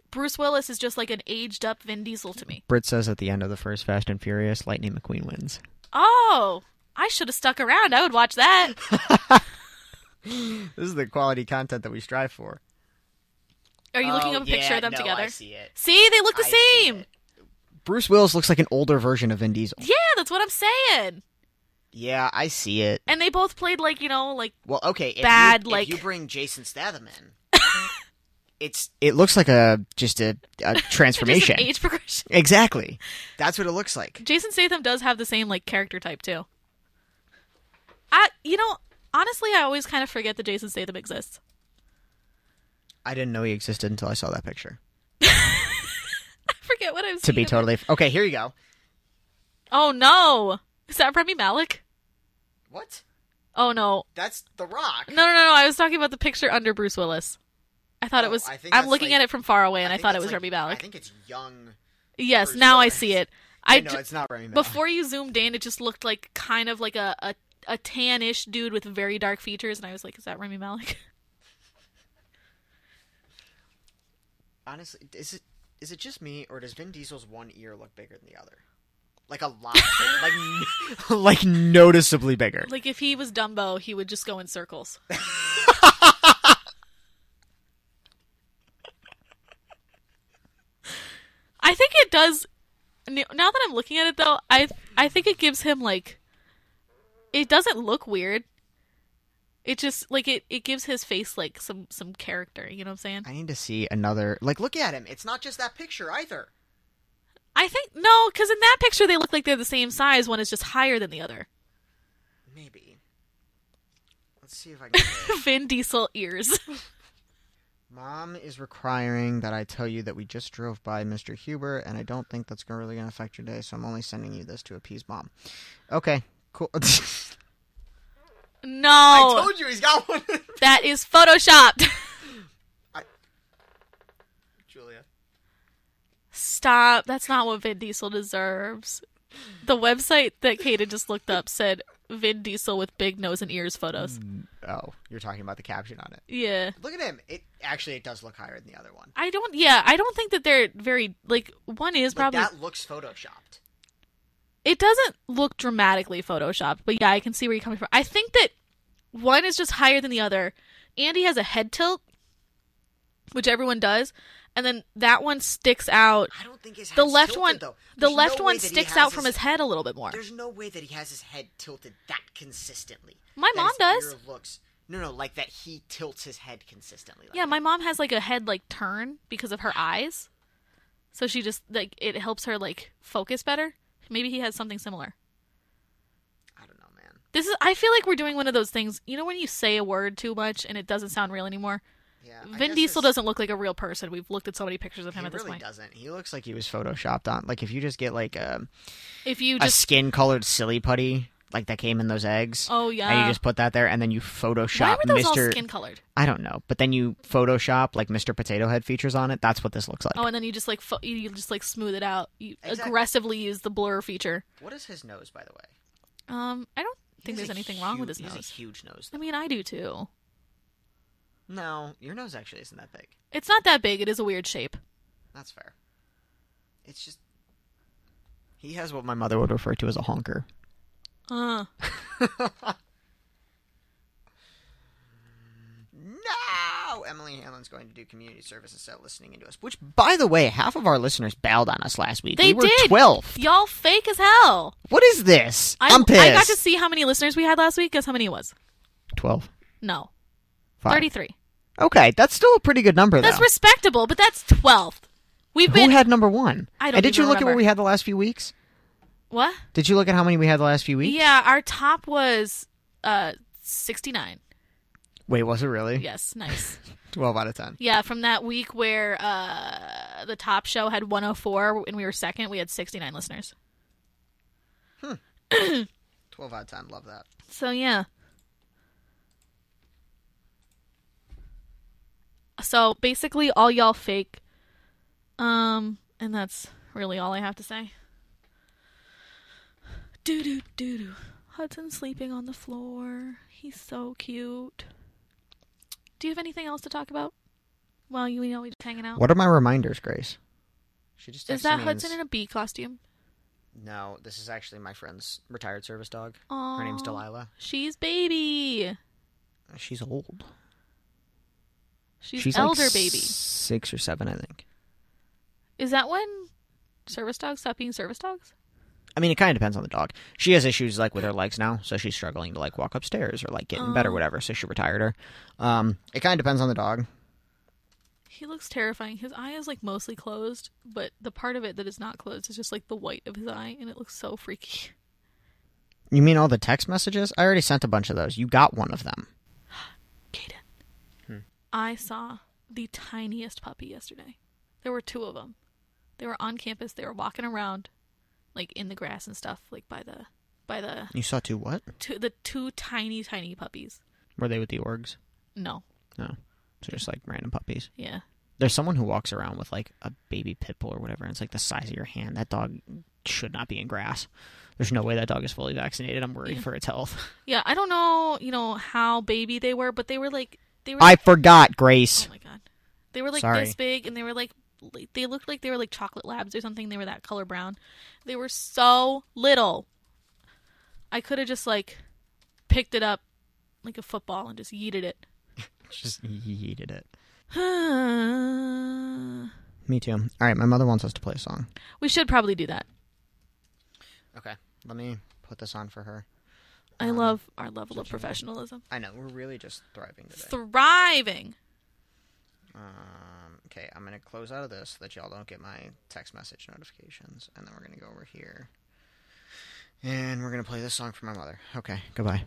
Bruce Willis is just like an aged up Vin Diesel to me.
Britt says at the end of the first Fast and Furious, Lightning McQueen wins.
Oh, I should have stuck around. I would watch that.
This is the quality content that we strive for.
Are you
Oh,
looking up a picture of them together?
see it.
See, they look the
I see
same.
it. Bruce Willis looks like an older version of Vin Diesel.
Yeah, that's what I'm saying.
Yeah, I see it.
And they both played like you know like
Well, okay, if
Bad,
you,
like-
if you bring Jason Statham in, it's it looks like a just a, a
just
transformation.
an age progression.
exactly, that's what it looks like.
Jason Statham does have the same like character type too. I you know honestly I always kind of forget that Jason Statham exists.
I didn't know he existed until I saw that picture.
I forget what I'm
To be
seeing.
totally f- okay, here you go.
Oh no! Is that Remy Malik?
What?
Oh no!
That's The Rock.
No, no, no, no! I was talking about the picture under Bruce Willis. I thought it
Oh,
was.
I think
I'm
that's,
looking
like-
at it from far away, and I,
think
thought it
that's
was
like-
Remy Malik.
I think it's young.
yes,
Bruce
now I
Willis.
see it.
I
I
know
ju-
it's not Remy Malik.
before you zoomed in, it just looked like kind of like a a, a tannish dude with very dark features, and I was like, "Is that Remy Malik?"
Honestly, is it is it just me or does Vin Diesel's one ear look bigger than the other? Like a lot, bigger, like n- like noticeably bigger.
like if he was Dumbo, he would just go in circles. I think it does. n- Now that I'm looking at it, though, I I think it gives him like. It doesn't look weird. It just like it. It gives his face like some some character. You know what I'm saying?
I need to see another. Like, look at him. It's not just that picture either.
I think no, because in that picture they look like they're the same size. One is just higher than the other.
Maybe. Let's see if I can.
Vin Diesel ears.
Mom is requiring that I tell you that we just drove by Mr. Huber, and I don't think that's really going to affect your day, so I'm only sending you this to appease mom. Okay, cool.
No,
I told you he's got one.
that is photoshopped.
Julia.
Stop. That's not what Vin Diesel deserves. The website that Kaden just looked up said Vin Diesel with big nose and ears photos.
Oh, you're talking about the caption on it.
Yeah.
Look at him. It actually it does look higher than the other one.
I don't yeah, I don't think that they're very like one is
Like,
probably
that looks photoshopped.
it doesn't look dramatically photoshopped, but yeah, I can see where you're coming from. I think that one is just higher than the other. Andy has a head tilt, which everyone does, and then that one sticks out.
I don't think his
The
head's
left
tilted,
one
though.
the
There's
left
no way
one
that he
sticks
has
out from his head a little bit more.
There's no way that he has his head tilted that consistently.
My
That
mom
his
does.
ear Looks no, no, like that he tilts his head consistently. Like
Yeah, my mom has like a head like turn because of her eyes. So she just like it helps her like focus better. Maybe he has something similar.
that. I don't know, man.
This is I feel like we're doing one of those things. You know when you say a word too much and it doesn't sound real anymore?
Yeah, I
Vin
guess
Diesel
there's-
doesn't look like a real person. We've looked at so many pictures of him
He
at this
really
point.
doesn't. He looks like he was photoshopped on. Like if you just get like a,
If you
a
just
skin colored silly putty, like that came in those eggs.
Oh,
And
yeah.
you just put that there, and then you
Why
Photoshop
were those all
Mr.
skin colored?
I don't know, but then you Photoshop like Mr. Potato Head features on it. That's what this looks like.
Oh, and then you just like fo- you- you just like smooth it out. You
Exactly.
aggressively use the blur feature.
What is his nose, by the way?
Um, I don't
He
think
has
there's
a
anything wrong with
huge-
his
he has
nose.
a huge nose.
I mean, I do too.
No, your nose actually isn't that big.
It's not that big. It is a weird shape.
That's fair. It's just he has what my mother would refer to as a honker.
Uh.
No, Emily Hanlon's going to do community service instead of listening into us. Which, by the way, half of our listeners bailed on us last week. we
They
were
did.
twelve.
Y'all fake as hell.
What is this?
I,
am pissed.
I got to see how many listeners we had last week. Guess how many it was?
twelve.
No,
Five.
thirty-three.
Okay, that's still a pretty good number,
That's
though.
respectable, but that's twelve. We've
Who
been
had number one?
I don't
And did you
even
look at what
remember.
we had the last few weeks?
what?
Did you look at how many we had the last few weeks?
Yeah, our top was uh sixty-nine.
Wait, was it really?
Yes, nice.
Twelve out of ten.
yeah, from that week where uh the top show had one hundred four and we were second, we had sixty-nine listeners.
Twelve out of ten. Love that.
So yeah. So basically all y'all fake. Um and that's really all I have to say. Doo doo doo doo. Hudson sleeping on the floor. He's so cute. Do you have anything else to talk about? Well, you know we just hanging out.
What are my reminders, Grace? She just
Is
texted
that
me
Hudson in
and s-
a bee costume?
No, this is actually my friend's retired service dog.
Aww.
Her name's Delilah.
She's baby.
She's old.
She's,
She's like
elder baby.
Six or seven, I think.
Is that when service dogs stop being service dogs?
I mean, it kind of depends on the dog. She has issues like with her legs now, so she's struggling to like walk upstairs or like get in bed or
Oh.
whatever. So she retired her. Um, it kind of depends on the dog.
He looks terrifying. His eye is like mostly closed, but the part of it that is not closed is just like the white of his eye, and it looks so freaky.
You mean all the text messages? I already sent a bunch of those. You got one of them.
Kaden, I saw the tiniest puppy yesterday. There were two of them. They were on campus. They were walking around, like in the grass and stuff, like by the by the
You saw two what?
two the two tiny tiny puppies.
Were they with the orgs?
No,
No, so just like random puppies.
yeah,
There's someone who walks around with like a baby pit bull or whatever, and it's like the size of your hand. That dog should not be in grass. There's no way that dog is fully vaccinated. I'm worried for its health.
yeah. I don't know, you know how baby they were, but they were like they were.
I forgot, Grace.
Oh my god. They were like
Sorry.
this big and they were like li- they looked like they were like chocolate labs or something. They were that color brown. They were so little. I could have just like picked it up like a football and just yeeted it.
Just yeeted it.
we
Me too. All right, my mother wants us to play a song.
should probably do that.
Okay, let me put this on for her.
I
Um,
love our level of professionalism.
I know we're really just thriving today.
Thriving.
Um, okay, I'm gonna close out of this so that y'all don't get my text message notifications, and then we're gonna go over here, and we're gonna play this song for my mother. Okay, goodbye.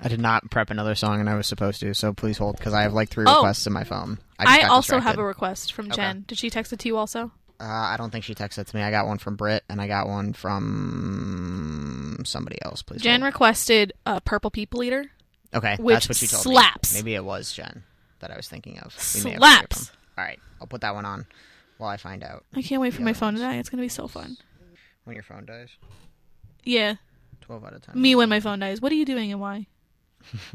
I did not prep another song, and I was supposed to. So please hold, because I have like three
Oh.
requests in my phone. just
I,
got
also have
distracted.
a request from Jen. Did she text it to you also?
Uh, I don't think she texted it to me. I got one from Britt, and I got one from somebody else. Please.
Jen
hold.
requested uh, Purple People Eater.
Okay,
which
that's what she told
slaps.
me. Maybe it was Jen that I was thinking of. We may have heard of
Slaps.
them. All right, I'll put that one on while I find out
I can't wait for
Yeah,
my
that
phone to die. It's going to be so fun.
when your phone dies.
Yeah.
Twelve out of ten.
Me when my phone dies. What are you doing and why?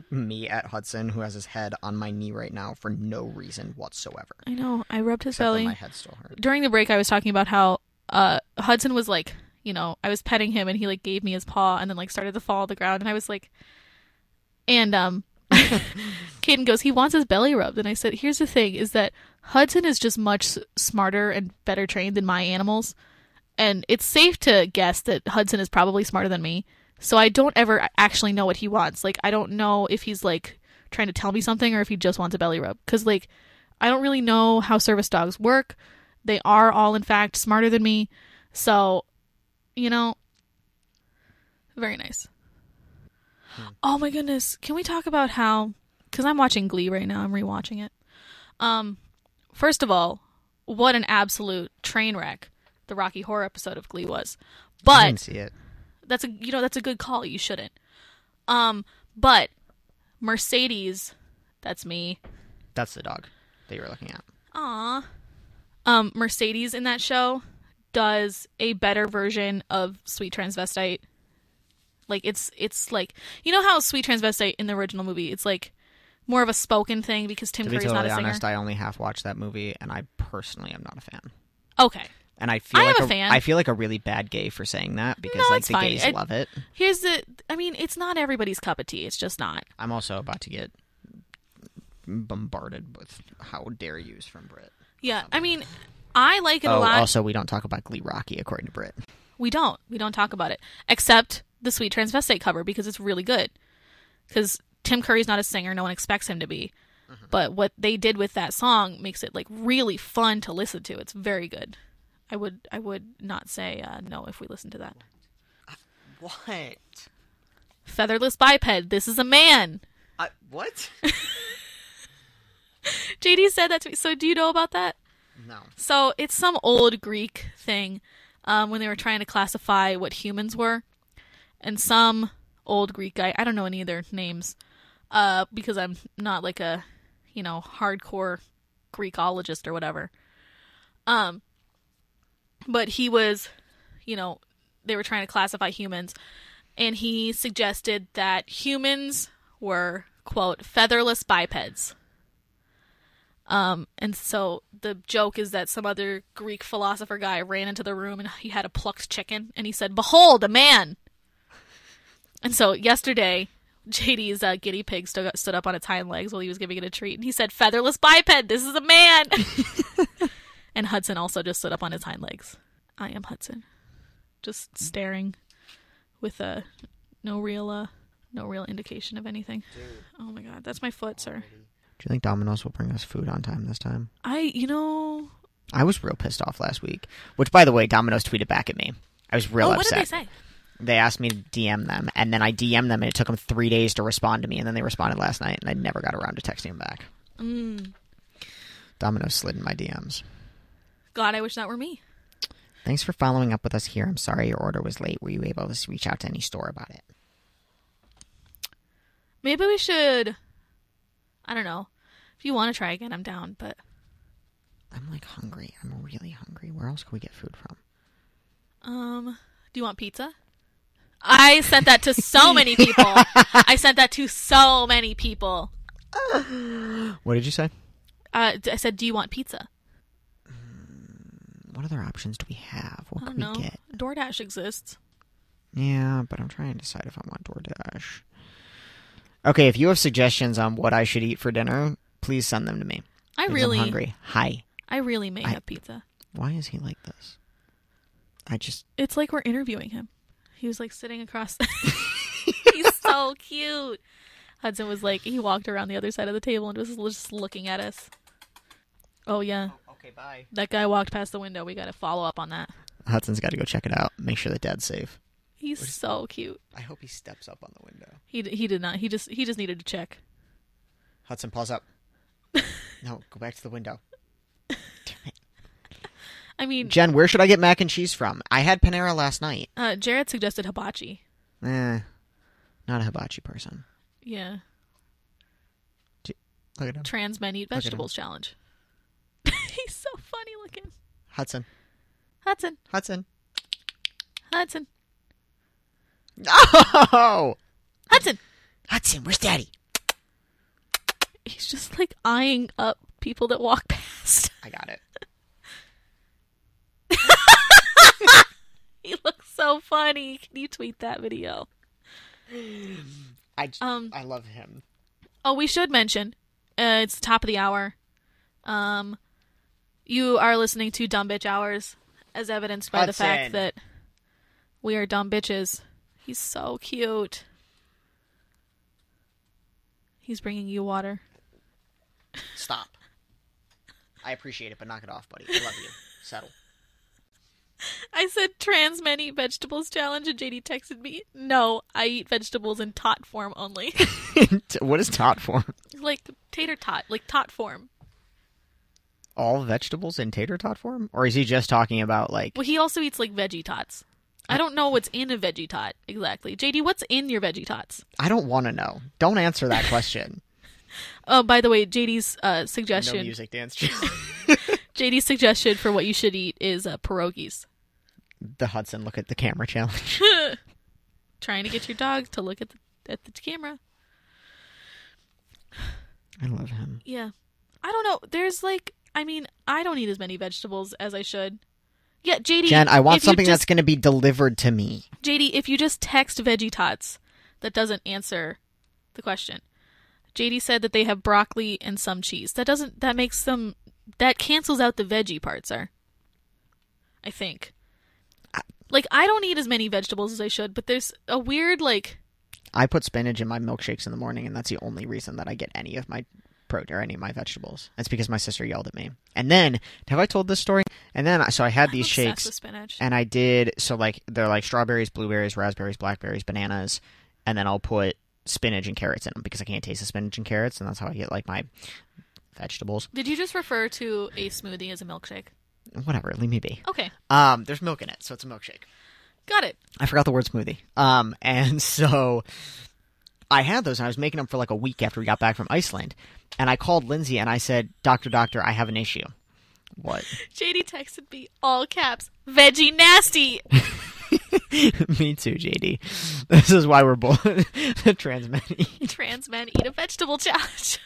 me at Hudson, who has his head on my knee right now for no reason whatsoever.
I know. I rubbed his
Except that
belly.
my head still hurts.
During the break, I was talking about how uh, Hudson was like, you know, I was petting him and he like gave me his paw and then like started to fall on the ground. And I was like, and um, Caden goes, he wants his belly rubbed. And I said, here's the thing is that Hudson is just much s- smarter and better trained than my animals. And it's safe to guess that Hudson is probably smarter than me. So I don't ever actually know what he wants. Like, I don't know if he's like trying to tell me something or if he just wants a belly rub. Cause like, I don't really know how service dogs work. They are all, in fact, smarter than me. So, you know, very nice. Oh my goodness. Can we talk about how cuz I'm watching Glee right now. I'm rewatching it. Um first of all, what an absolute train wreck the Rocky Horror episode of Glee was.
I
But
didn't see it.
that's a you know that's a good call. You shouldn't. Um but Mercedes, that's me.
That's the dog that you were looking at.
Aw. Um, Mercedes in that show does a better version of Sweet Transvestite. Like it's it's like you know how Sweet Transvestite in the original movie it's like more of a spoken thing because Tim
To be
Curry's
totally
not a singer.
honest, I only half watched that movie, and I personally am not a fan.
okay.
And I feel
I am
like
a fan.
I feel like a really bad gay for saying that because
No,
like
it's
the
fine.
gays
I-
love it.
Here's the I mean it's not everybody's cup of tea. It's just not.
I'm also about to get bombarded with how dare yous from Brit.
Yeah. I mean I like it a
Oh,
lot.
also we don't talk about Glee Rocky according to Brit.
We don't. We don't talk about it except the Sweet Transvestite cover because it's really good. Because Tim Curry's not a singer, no one expects him to be. But what they did with that song makes it like really fun to listen to. It's very good. I would I would not say uh, no if we listen to that.
What?
Featherless biped. This is a man.
I, what?
JD said that to me. So do you know about that?
no.
So it's some old Greek thing um, when they were trying to classify what humans were. And some old Greek guy, I don't know any of their names uh, because I'm not like a, you know, hardcore Greekologist or whatever. Um, but he was, you know, they were trying to classify humans. And he suggested that humans were, quote, featherless bipeds. Um, and so the joke is that some other Greek philosopher guy ran into the room and he had a plucked chicken and he said, Behold, a man! And so yesterday, JD's uh, guinea pig stood, stood up on its hind legs while he was giving it a treat and he said, Featherless biped, this is a man! and Hudson also just stood up on his hind legs. I am Hudson. Just staring with uh, no real, uh, no real indication of anything. Oh my god, that's my foot, sir.
Do you think Domino's will bring us food on time this time?
I, you know,
I was real pissed off last week. Which, by the way, Domino's tweeted back at me. I was real
oh, what
upset.
did they say?
They asked me to DM them, and then I DM them, and it took them three days to respond to me, and then they responded last night, and I never got around to texting them back.
Mm.
Domino's slid in my DMs.
God, I wish that were me.
Thanks for following up with us here. I'm sorry your order was late. Were you able to reach out to any store about it?
Maybe we should. I don't know. If you want to try again, I'm down. But
I'm like hungry. I'm really hungry. Where else could we get food from?
um, do you want pizza? I sent that to so many people. I sent that to so many people.
What did you say?
Uh, d- I said, "Do you want pizza?"
What other options do we have? What
I
could
don't
we
know.
get?
DoorDash exists.
Yeah, but I'm trying to decide if I want DoorDash. Okay, if you have suggestions on what I should eat for dinner, please send them to me.
I
'cause
really,
I'm hungry. Hi.
I really may
I-
have pizza.
Why is he like this? I just
It's like we're interviewing him. He was like sitting across. He's so cute. Hudson was like, he walked around the other side of the table and was just looking at us. Oh, yeah.
Okay, bye.
That guy walked past the window. We got to follow up on that.
Hudson's got to go check it out. Make sure that dad's safe.
He's so cute.
I hope he steps up on the window.
He d- he did not. He just he just needed to check.
Hudson, pause up. no, go back to the window.
I mean,
Jen, where should I get mac and cheese from? I had Panera last night.
uh, Jared suggested hibachi.
Eh, not a hibachi person.
Yeah,
Look at him.
trans men eat
at him.
vegetables challenge. He's so funny looking.
Hudson.
Hudson,
Hudson.
Hudson,
Oh!
Hudson.
Hudson, where's daddy?
He's just like eyeing up people that walk past.
I got it.
he looks so funny. Can you tweet that video?
I, j-
Um.
I love him.
Oh, we should mention uh, it's the top of the hour. Um, you are listening to Dumb Bitch Hours, as evidenced by the
Hudson.
fact that we are dumb bitches. He's so cute. He's bringing you water.
Stop. I appreciate it, but knock it off, buddy. I love you. Settle.
I said trans men eat vegetables challenge, and JD texted me, "No, I eat vegetables in tot form only,
what is tot for?
like tater tot, like tot form."
All vegetables in tater tot form? Or is he just talking about, like,
Well, he also eats like veggie tots. I don't know what's in a veggie tot exactly. JD, what's in your veggie tots?
I don't want to know. Don't answer that question.
Oh, by the way, JD's uh,
no
suggestion.
music dance. challenge.
JD's suggestion for what you should eat is uh, pierogies.
the Hudson look at the camera challenge.
Trying to get your dog to look at the at the camera.
I love him.
Yeah, I don't know. There's like, I mean, I don't eat as many vegetables as I should. Yeah, JD.
Jen, I want
if you
something that's
just,
going to be delivered to me.
JD. If you just text veggie tots, that doesn't answer the question. JD said that they have broccoli and some cheese. That doesn't. That makes them. That cancels out the veggie part, sir. I think. Like I don't eat as many vegetables as I should, but there's a weird like.
I put spinach in my milkshakes in the morning, and that's the only reason that I get any of my protein or any of my vegetables. That's because my sister yelled at me. And then, have I told this story? And then, so I had these
obsessed
shakes,
with spinach.
and I did so like they're like strawberries, blueberries, raspberries, blackberries, bananas, and then I'll put spinach and carrots in them because I can't taste the spinach and carrots, and that's how I get like my vegetables.
Did you just refer to a smoothie as a milkshake?
Whatever, leave me be.
Okay,
Um, there's milk in it, so it's a milkshake.
got it.
I forgot the word smoothie. Um, and so I had those, and I was making them for like a week after we got back from Iceland. And I called Lindsay and I said, "Doctor, doctor, I have an issue." What?
JD texted me all caps, veggie nasty.
Me too, JD. This is why we're both trans men.
Trans men eat a vegetable challenge.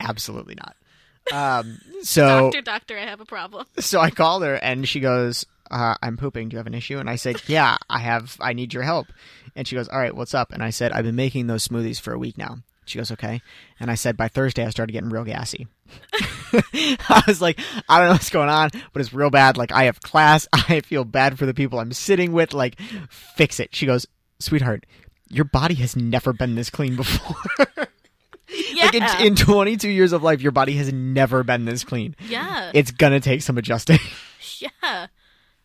Absolutely not. Um, so
Doctor, doctor, I have a problem.
so I called her and she goes, uh, "I'm pooping. Do you have an issue?" And I said, "Yeah, I have. I need your help." And she goes, "All right, what's up?" And I said, "I've been making those smoothies for a week now." She goes, "Okay." And I said, "By Thursday, I started getting real gassy." I was like, "I don't know what's going on, but it's real bad. Like, I have class. I feel bad for the people I'm sitting with. Like, fix it." She goes, "Sweetheart." Your body has never been this clean before.
Yeah,
like in, in 22 years of life, your body has never been this clean.
yeah,
It's gonna take some adjusting.
yeah.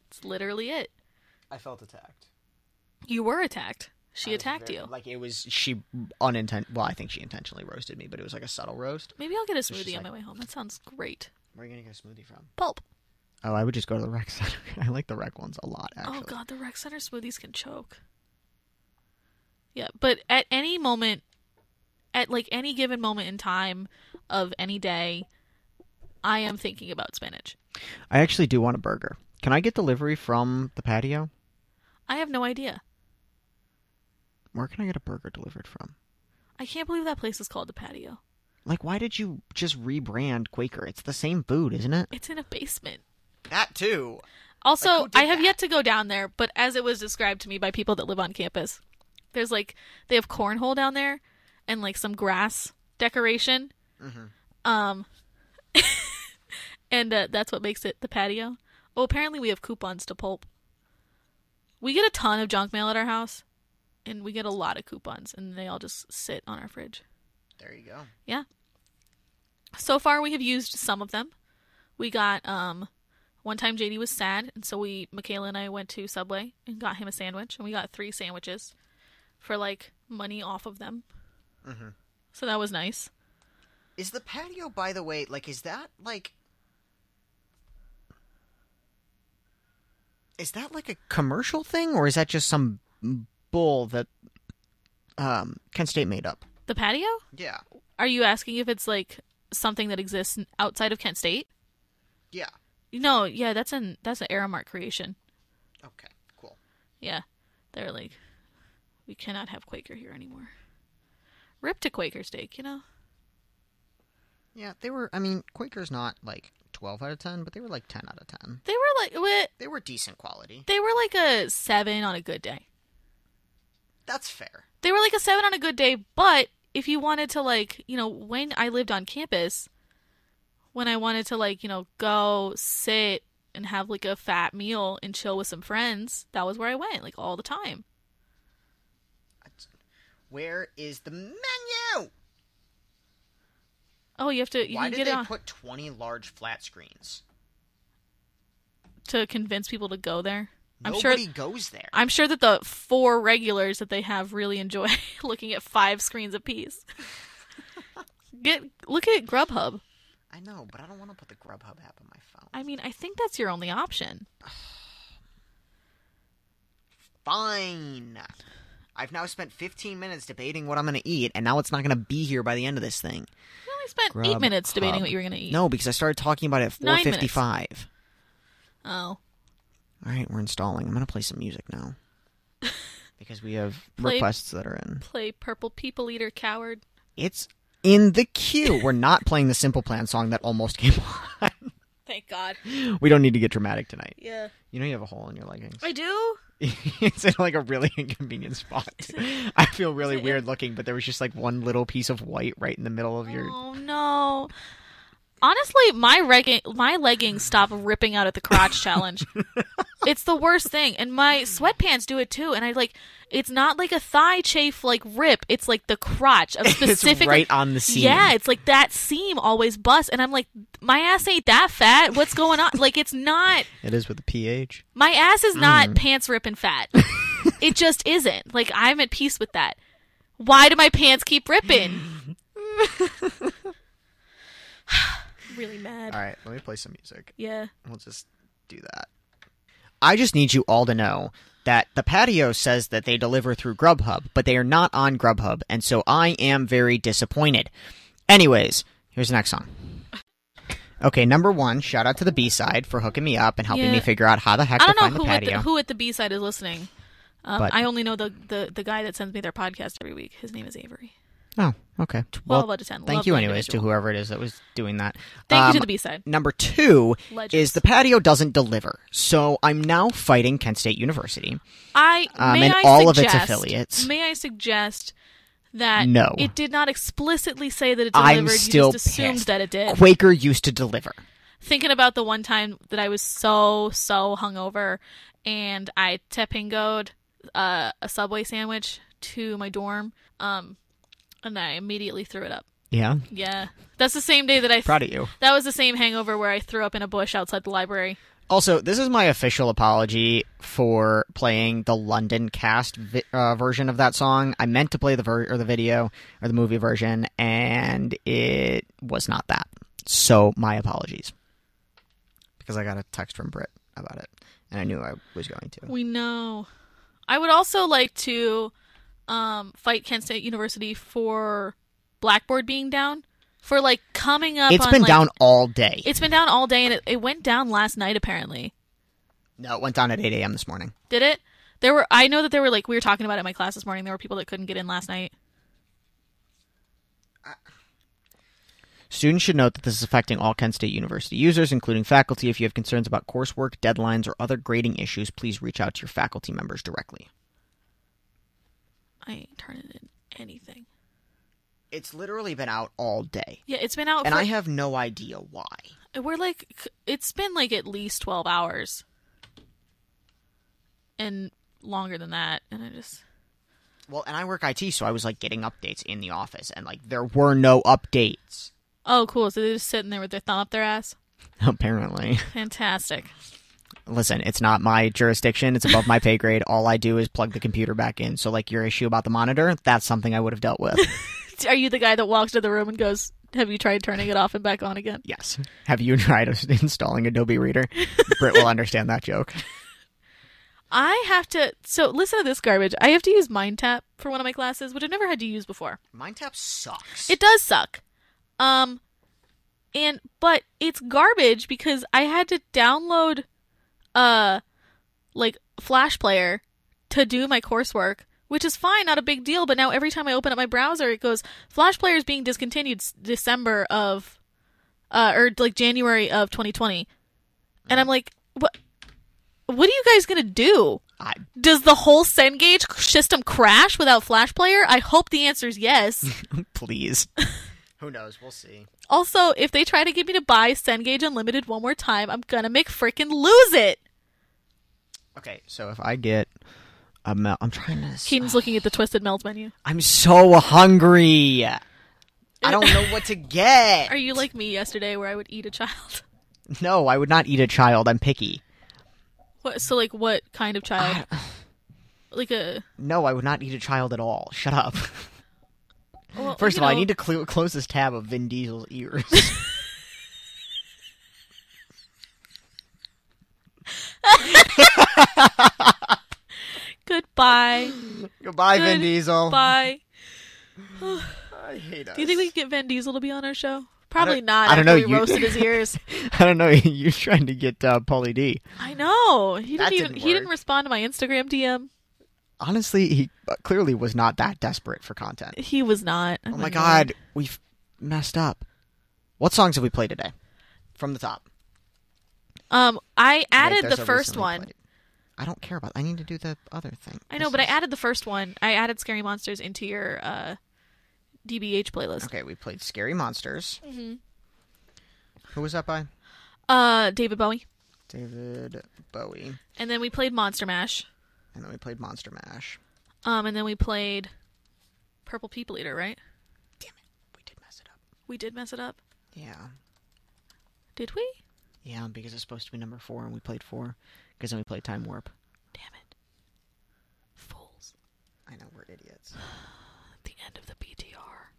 It's literally it.
I felt attacked.
You were attacked.
I
She
was
attacked
very-
you.
Like it was she unintent. Well, I think she intentionally roasted me, but it was like a subtle roast.
Maybe I'll get a
she's
smoothie
like-
on my way home. That sounds great.
Where are you gonna get a smoothie from?
Pulp.
Oh, I would just go to the rec center. I like the rec ones a lot, actually.
Oh god, the rec center smoothies can choke. Yeah, but at any moment at like any given moment in time of any day, I am thinking about spinach.
I actually do want a burger. Can I get delivery from the patio?
I have no idea.
Where can I get a burger delivered from?
I can't believe that place is called the patio.
Like, why did you just rebrand Quaker? It's the same food, isn't it?
It's in a basement.
That too. Like,
Also,
who did
I have
that?
yet to go down there, but as it was described to me by people that live on campus, there's like they have cornhole down there and like some grass decoration.
Mm-hmm.
Um, and uh, that's what makes it the patio. Oh, apparently we have coupons to pulp. We get a ton of junk mail at our house, and we get a lot of coupons, and they all just sit on our fridge.
There you go.
Yeah. So far, we have used some of them. We got um, One time JD was sad, and so we Michaela and I went to Subway and got him a sandwich, and we got three sandwiches for like money off of them. So that was nice.
Is the patio, by the way, like, is that like. Is that like a commercial thing, or is that just some bull that um, Kent State made up?
The patio?
Yeah.
Are you asking if it's like something that exists outside of Kent State?
Yeah.
No, yeah, that's an that's an Aramark creation.
Okay, cool.
Yeah. They're like, we cannot have Quaker here anymore. Rip to Quaker steak, you know?
Yeah, they were, I mean, Quaker's not like 12 out of 10, but they were like 10 out of 10.
They were like what
They were decent quality.
they were like a seven on a good day.
That's fair.
They were like a seven on a good day, but if you wanted to like, you know, when I lived on campus, when I wanted to like, you know, go sit and have like a fat meal and chill with some friends, that was where I went, like all the time.
Where is the menu?
Oh, you have to you
Why
can
did
get
they
it on
put 20 large flat screens?
to convince people to go there. I'm sure
Nobody goes there.
I'm sure that the four regulars that they have really enjoy looking at five screens apiece. Get look at Grubhub.
I know, but I don't want to put the Grubhub app on my phone.
I mean, I think that's your only option.
Fine. I've now spent 15 minutes debating what I'm going to eat, and now it's not going to be here by the end of this thing.
We only spent
Grubhub.
eight minutes debating what you were gonna eat.
No, because I started talking about it at
Nine minutes.
4:55.
Oh,
All right, we're installing. I'm going to play some music now because we have
Play-
requests that are in.
play purple people eater coward.
It's in the queue. We're not playing the Simple Plan song that almost came on.
Thank God.
we don't need to get dramatic tonight.
Yeah,
You know you have a hole in your leggings.
I do.
it's in like a really inconvenient spot. too. I feel really
it-
weird looking, but there was just like one little piece of white right in the middle of your.
Oh no. Honestly, my reg- my leggings stop ripping out at the crotch challenge. It's the worst thing, and my sweatpants do it too. And I like, it's not like a thigh chafe like rip. It's like the crotch of specific.
right on the seam.
Yeah, it's like that seam always busts, and I'm like, my ass ain't that fat. What's going on? like, it's not.
It is with a ph.
My ass is
Mm.
not pants ripping fat. it just isn't. Like I'm at peace with that. Why do my pants keep ripping? really mad.
All right, let me play some music.
Yeah.
We'll just do that. I just need you all to know that the patio says that they deliver through Grubhub, but they are not on Grubhub, and so I am very disappointed. Anyways, here's the next song. Okay, number one, shout out to the B side for hooking me up and helping
Yeah.
me figure out how the heck
I
to
don't know
find the
who at
patio.
the, who at the B side is listening. Um,
But-
I only know the, the the guy that sends me their podcast every week. His name is Avery.
Oh, okay.
Twelve
Well,
out of ten.
thank
Lovely
you, anyways, to
individual.
whoever it is that was doing that.
Thank you
Um,
to the B side.
Number two
Legends.
is the patio doesn't deliver, so I'm now fighting Kent State University.
I
um,
may
and
I
all of its
suggest,
affiliates.
May I suggest that
No.
it did not explicitly say that it delivered.
I'm still
you just assumed
pissed.
that it did.
Quaker used to deliver.
thinking about the one time that I was so so hungover, and I tepingoed uh, a subway sandwich to my dorm, um, and I immediately threw it up.
Yeah,
Yeah, that's the same day that I th-
proud of you.
that was the same hangover where I threw up in a bush outside the library.
Also, this is my official apology for playing the London cast vi- uh, version of that song. I meant to play the ver- or the video or the movie version, and it was not that. So my apologies, because I got a text from Britt about it, and I knew I was going to.
We know. I would also like to um, fight Kent State University for Blackboard being down for like coming up.
It's
on,
been
like-
down all day.
It's been down all day, and it, it went down last night apparently.
no, it went down at 8 a.m. this morning.
Did it? There were I know that there were like we were talking about it in my class this morning. There were people that couldn't get in last night.
Students should note that this is affecting all Kent State University users, including faculty. If you have concerns about coursework, deadlines, or other grading issues, please reach out to your faculty members directly.
I ain't turning in anything.
It's literally been out all day.
Yeah, it's been out.
And
for,
I have no idea why.
we're like c- it's been like at least twelve hours, and longer than that. And I just
Well, and I work IT, so I was like getting updates in the office, and like there were no updates.
oh cool. So they're just sitting there with their thumb up their ass.
Apparently.
Fantastic.
Listen, it's not my jurisdiction. It's above my pay grade. All I do is plug the computer back in. So, like your issue about the monitor, that's something I would have dealt with.
Are you the guy that walks to the room and goes, "Have you tried turning it off and back on again?"
yes. Have you tried installing Adobe Reader? Britt will understand that joke.
I have to. So listen to this garbage. I have to use MindTap for one of my classes, which I've never had to use before.
MindTap sucks.
It does suck. Um, and but it's garbage because I had to download, uh, like Flash Player to do my coursework, which is fine, not a big deal. But now every time I open up my browser, it goes Flash Player is being discontinued s- December of, uh, or like January of 2020, and I'm like, what? What are you guys gonna do?
I,
Does the whole Cengage system crash without Flash Player? I hope the answer is yes.
please. Who knows? We'll see.
Also, if they try to get me to buy Cengage Unlimited one more time, I'm gonna make freaking lose it.
Okay, so if I get a mel, I'm trying to. s-
Keaton's looking at the Twisted Melds menu.
I'm so hungry. I don't know what to get.
Are you like me yesterday where I would eat a child?
No, I would not eat a child. I'm picky.
What, so, like, what kind of child? Like a.
No, I would not eat a child at all. Shut up.
well,
First
you
of all, I
know,
need to cl- close this tab of Vin Diesel's ears.
Goodbye.
Goodbye, Vin
Good-
Diesel.
Bye.
I hate us.
Do you think we could get Vin Diesel to be on our show? Probably not.
I don't
after
know,
We
you-
roasted his ears.
I don't know. You're trying to get uh, Pauly D.
I know. He
That
didn't even.
didn't
He didn't
work.
respond to my Instagram DM.
Honestly, he uh, clearly was not that desperate for content.
He was not.
Oh my god, we've messed up. What songs have we played today? From the top.
Um, I
Like,
added
there's
the
a
first
recently
one.
played. I don't care about. I need to do the other thing.
I know, but I added the first one. I added Scary Monsters into your uh, DBH playlist.
Okay, we played Scary Monsters. Who was that by? Ah.
Uh, David Bowie,
David Bowie.
and then we played Monster Mash.
And then we played Monster Mash.
Um, and then we played Purple People Eater. Right?
We did mess it up.
We did mess it up,
Yeah.
did we?
Yeah, because it's supposed to be number four and we played four. Because then we played Time Warp.
Damn it! Fools!
I know, we're idiots.
At the end of the BTR.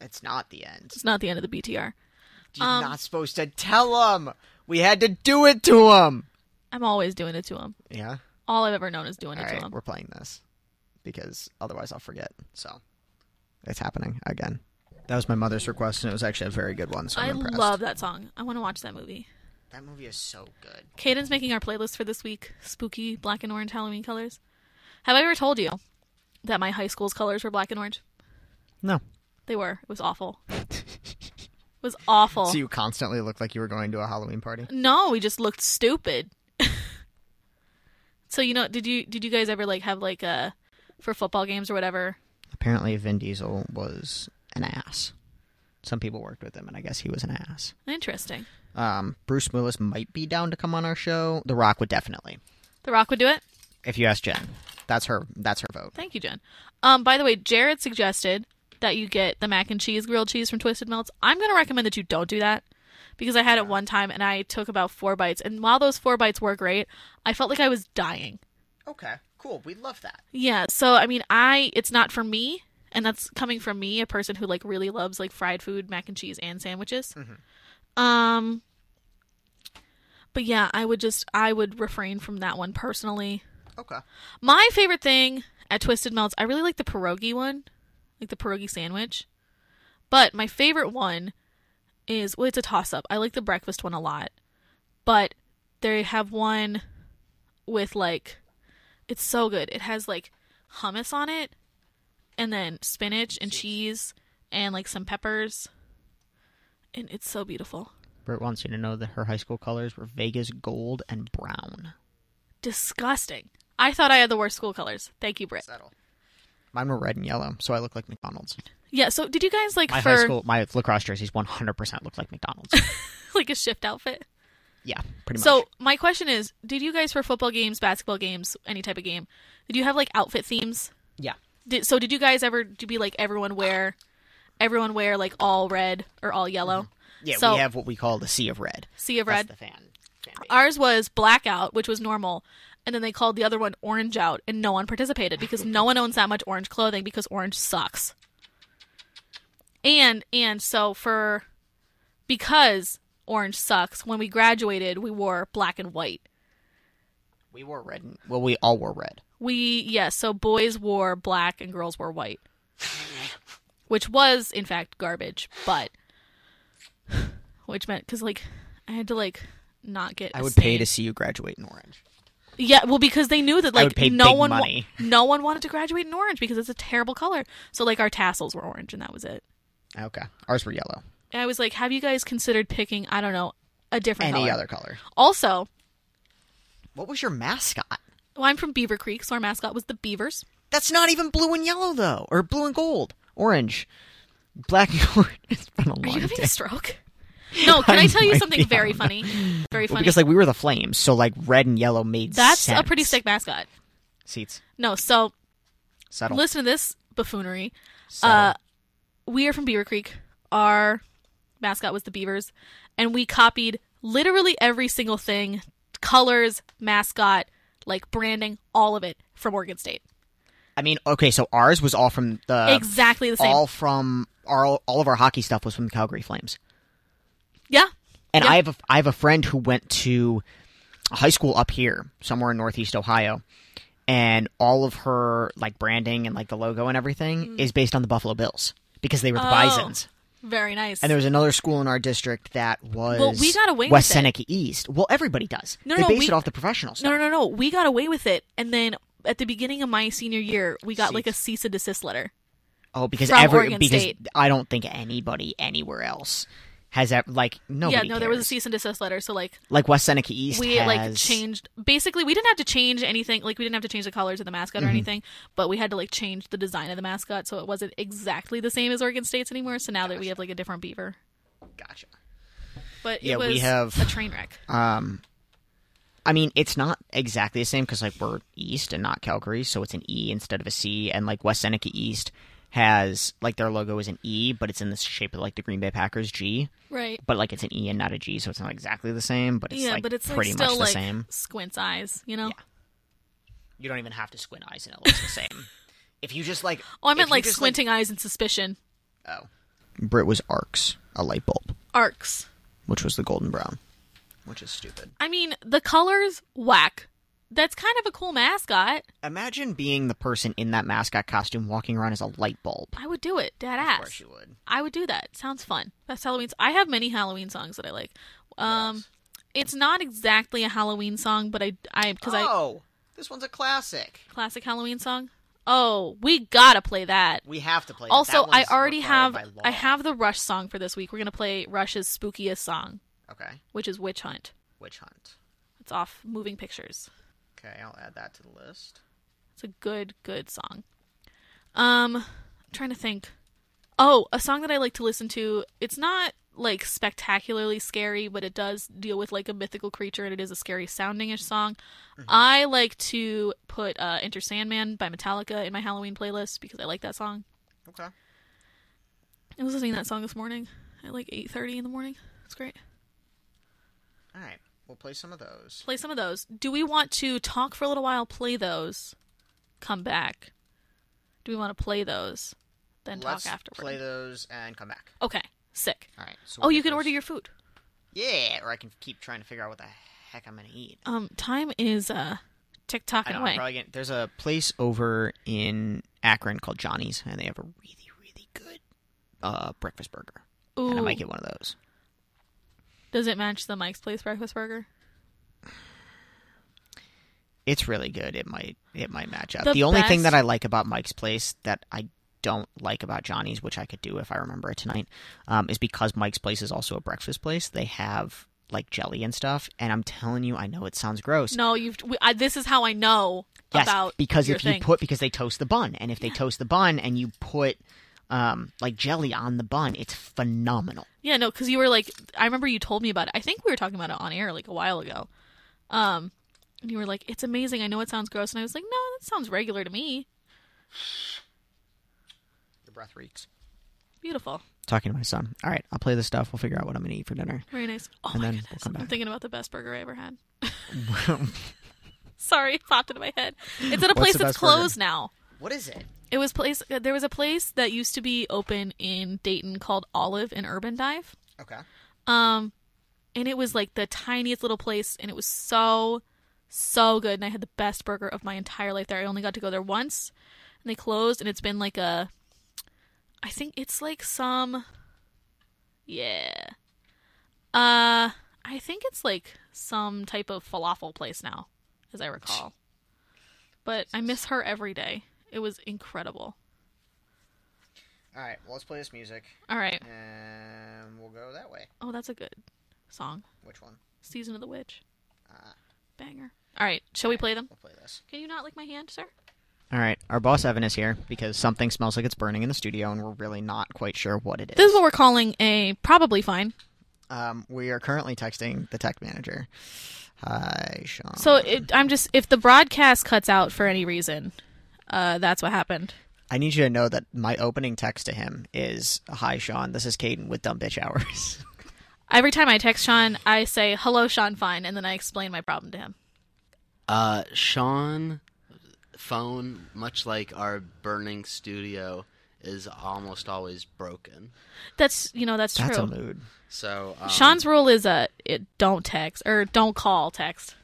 It's not the end.
It's not the end of the BTR.
You're
Um,
not supposed to tell him. We had to do it to him.
I'm always doing it to him.
Yeah.
All I've ever known is doing
All
it to
right,
him.
we're playing this because otherwise I'll forget. So it's happening again. That was my mother's request, and it was actually a very good one. So I'm
I
impressed.
love that song. I want to watch that movie.
that movie. Is so good.
Caden's making our playlist for this week spooky black and orange Halloween colors. Have I ever told you that my high school's colors were black and orange?
No,
They were. It was awful. it was awful.
so you constantly looked like you were going to a Halloween party.
no, we just looked stupid. so you know, did you did you guys ever like have like a for football games or whatever?
Apparently, Vin Diesel was an ass. Some people worked with him, and I guess he was an ass.
Interesting.
Um, Bruce Willis might be down to come on our show. The Rock would definitely.
The Rock would do it.
If you ask Jen, that's her. That's her vote.
Thank you, Jen. Um, by the way, Jared suggested that you get the mac and cheese grilled cheese from Twisted Melts. I'm going to recommend that you don't do that because I had it one time and I took about four bites. And while those four bites were great, I felt like I was dying.
Okay, cool. We love that.
Yeah. So I mean, I it's not for me, and that's coming from me, a person who like really loves like fried food, mac and cheese, and sandwiches. Um. But yeah, I would just I would refrain from that one personally.
Okay.
My favorite thing at Twisted Melts, I really like the pierogi one, like the pierogi sandwich. But my favorite one is well, it's a toss up. I like the breakfast one a lot, but they have one with like, it's so good. It has like hummus on it, and then spinach and cheese and like some peppers, and it's so beautiful.
Britt wants you to know that her high school colors were Vegas gold and brown.
Disgusting. I thought I had the worst school colors. Thank you, Britt.
Settle. Mine were red and yellow, so I look like McDonald's.
Yeah. So did you guys like
My
for
high school, my lacrosse jerseys 100% looked like McDonald's.
like a shift outfit?
yeah, pretty much.
So my question is, did you guys for football games, basketball games, any type of game, did you have like outfit themes?
yeah.
Did, so did you guys ever do be like everyone wear, everyone wear like all red or all yellow?
Mm-hmm. Yeah,
So-
we have what we call the Sea of Red.
Sea of
That's
Red.
the fan. fan base.
Ours was blackout, which was normal, and then they called the other one orange out, and no one participated because no one owns that much orange clothing because orange sucks. And and so for because orange sucks, when we graduated, we wore black and white.
We wore red. And, well, we all wore red.
We yes, so boys wore black and girls wore white. Which was in fact garbage, but which meant cuz like I had to like not get
I would
stained.
pay to see you graduate in orange.
Yeah, well, because they knew that like
would pay
no
big
one wa-
money.
no one wanted to graduate in orange because it's a terrible color. So like our tassels were orange, and that was it.
Okay, ours were yellow.
And I was like, have you guys considered picking? I don't know, a different
Any
color?
other color?
Also,
What was your mascot?
well, I'm from Beaver Creek, so our mascot was the Beavers.
That's not even blue and yellow though, or blue and gold, orange, black and orange. It's been a
Are
long
you having
day.
a stroke? No, can I, tell you
might be,
something
I
very
don't know.
funny? Very
Well,
funny.
because like we were the flames, so like red and yellow made
That's a
sense.
pretty sick mascot.
seats.
No, so
Settle.
listen to this buffoonery.
Settle.
uh, we are from Beaver Creek. Our mascot was the Beavers, and we copied literally every single thing colors, mascot, like branding, all of it from Oregon State.
I mean, okay, so ours was all from the
exactly the same.
all from our all of our hockey stuff was from the Calgary Flames.
yeah.
And
Yeah.
I have a, I have a friend who went to a high school up here, somewhere in Northeast Ohio, and all of her like branding and like the logo and everything is based on the Buffalo Bills because they were the
Mm-hmm. Oh.
Bisons.
Very nice.
And there was another school in our district that was
Well, we got away
West
with it.
Seneca East. Well, everybody does.
No,
they
no,
based
we-
it off the professional stuff.
no, no, no, no. We got away with it, and then at the beginning of my senior year, we got like a cease and desist letter.
Oh, because
From
every
Oregon
because
State.
I don't think anybody anywhere else has that like nobody.
yeah, no, there was a
cares.
cease and desist letter. So like
like West Seneca East.
we like
has-
changed basically we didn't have to change anything like we didn't have to change the colors of the mascot
Mm-hmm.
or anything but we had to like change the design of the mascot so it wasn't exactly the same as oregon state's anymore so now that we have like a different beaver
Gotcha.
but it
Yeah, we
was
have-
a train wreck
Um, I mean, it's not exactly the same because like we're east and not Calgary, so it's an E instead of a C, and like West Seneca East has like their logo is an E, but it's in the shape of like the Green Bay Packers G,
right
but like it's an E and not a G, so it's not exactly the same, but it's
yeah
like
but it's like,
pretty
still
much
like
the same.
squints eyes you know
You don't even have to squint eyes and it looks the same. If you just like,
oh i
if
meant
you
like
just,
squinting eyes and suspicion
oh, Brit was arcs, a light bulb,
arcs
which was the golden brown, which is stupid.
i mean the colors whack that's kind of a cool mascot
Imagine being the person in that mascot costume walking around as a light bulb.
i would do it dad
Of course
ass
you would.
I would do that. Sounds fun. Best Halloween's. I have many Halloween songs that I like.
Oh
Um, it's not exactly a Halloween song, but I, I, because I
oh, this one's a classic.
classic Halloween song. Oh, we gotta play that.
We have to play. that.
Also,
That
I
one's
already
required
have,
by law.
I have the Rush song for this week. We're gonna play Rush's spookiest song,
Okay,
which is Witch Hunt.
witch hunt.
It's off Moving Pictures.
Okay, I'll add that to the list.
It's a good, good song. Um, I'm trying to think. Oh, a song that I like to listen to. It's not like spectacularly scary, but it does deal with like a mythical creature, and it is a scary soundingish song.
Mm-hmm.
I like to put uh, "Enter Sandman" by Metallica in my Halloween playlist because I like that song.
Okay.
I was listening to that song this morning at like eight thirty in the morning. It's great.
All right, we'll play some of those.
Play some of those. Do we want to talk for a little while? Play those. Come back. Do we want to play those? Then
Let's
talk afterward.
play those and come back.
Okay, sick.
All right. So
Oh,
we'll
you
get
can order
those-
your food.
Yeah, or I can keep trying to figure out what the heck I'm gonna eat.
Um, time is uh, tick
I
tocking
know, I'm
away.
probably gonna, there's a place over in Akron called Johnny's, and they have a really, really good uh, breakfast burger. And I
Ooh,
might get one of those.
does it match the Mike's Place breakfast burger?
It's really good. It might it might match up.
The
The, only thing
best-
that I like about Mike's place that I don't like about Johnny's, which I could do if I remember it tonight, um, is because Mike's place is also a breakfast place. They have like jelly and stuff, and I'm telling you, I know it sounds gross.
No, you've. We, I, this is how I know
yes,
about
because
your
if
thing.
you put because they toast the bun, and if they toast the bun and you put um, like jelly on the bun, it's phenomenal.
yeah, no, because you were like, I remember you told me about it. I think we were talking about it on air like a while ago. Um, and you were like, it's amazing. I know it sounds gross, and I was like, no, that sounds regular to me.
Your breath reeks.
Beautiful.
Talking to my son. All right, I'll play this stuff. We'll figure out what I'm going to eat for dinner.
Very nice. Oh
And
my
then we'll
goodness.
come
I'm
back.
thinking about the best burger I ever had. Sorry, it popped into my head. It's at a
What's
place
the
that's
best burger?
closed now.
What is it?
It was place uh, there was a place that used to be open in Dayton called Olive and Urban Dive.
Okay.
Um and it was like the tiniest little place and it was so so good and I had the best burger of my entire life there. I only got to go there once and they closed and it's been like a I think it's like some yeah. Uh I think it's like some type of falafel place now, as I recall. But I miss her every day. It was incredible.
All right. Well, let's play this music,
All right.
and Um, we'll go that way.
Oh, that's a good song.
Which one?
Season of the Witch.
Ah.
Banger. All right. Shall we play them?
We'll play this.
Can you not lick my hand, sir?
All right. Our boss Evan is here because something smells like it's burning in the studio, and we're really not quite sure what it is.
This is what we're calling a probably fine.
um, we are currently texting the tech manager. Hi, Sean.
So it, I'm just, if the broadcast cuts out for any reason, uh, that's what happened.
I need you to know that my opening text to him is Hi, Sean. This is Caden with Dumb Bitch Hours.
Every time I text Sean, I say, hello, Sean Fine, and then I explain my problem to him.
Uh, Sean, phone, much like our burning studio, is almost always broken.
That's, you know, that's true.
That's a mood.
So um,
Sean's rule is uh, it, don't text or don't call text.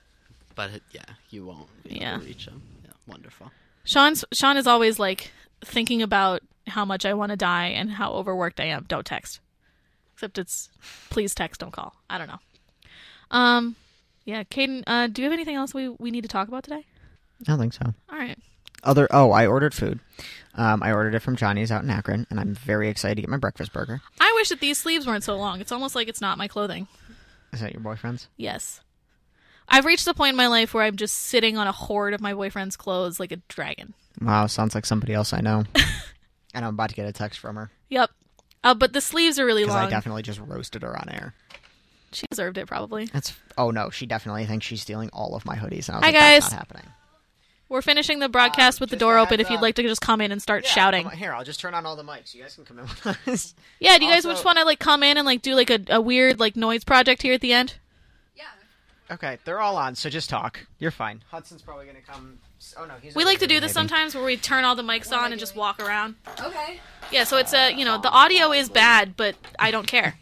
but it- yeah, you won't. be able to
Yeah.
reach him. Yeah, wonderful.
Sean's Sean is always like thinking about how much I want to die and how overworked I am. Don't text. Except it's please text, don't call. I don't know. Um, yeah, Caden, uh, do you have anything else we we need to talk about today?
I don't think so.
All right.
Other oh, I ordered food. Um, I ordered it from Johnny's out in Akron, and I'm very excited to get my breakfast burger.
I wish that these sleeves weren't so long. It's almost like it's not my clothing.
Is that your boyfriend's?
Yes. I've reached the point in my life where I'm just sitting on a hoard of my boyfriend's clothes like a dragon.
Wow, sounds like somebody else I know. and I'm about to get a text from her
Yep. Uh, but the sleeves are really
because I
long.
definitely just roasted her on air.
she deserved it probably.
That's oh no, she definitely thinks she's stealing all of my hoodies. And I was
Hi,
like, "That's
guys.
not happening.
We're finishing the broadcast with the
just
door
a
open
heads
if you'd
up.
like to just come in and start shouting.
here, I'll just turn on all the mics. You guys can come in with us.
Yeah, do you guys
Also-
just want to like come in and like do like a, a weird like noise project here at the end?
Okay, they're all on, so just talk. You're fine. Hudson's probably gonna come. Oh no, he's.
We
over
like to
here,
do this
maybe.
sometimes where we turn all the mics on and just walk around.
Okay.
Yeah, so it's a you know the audio is bad, but I don't care.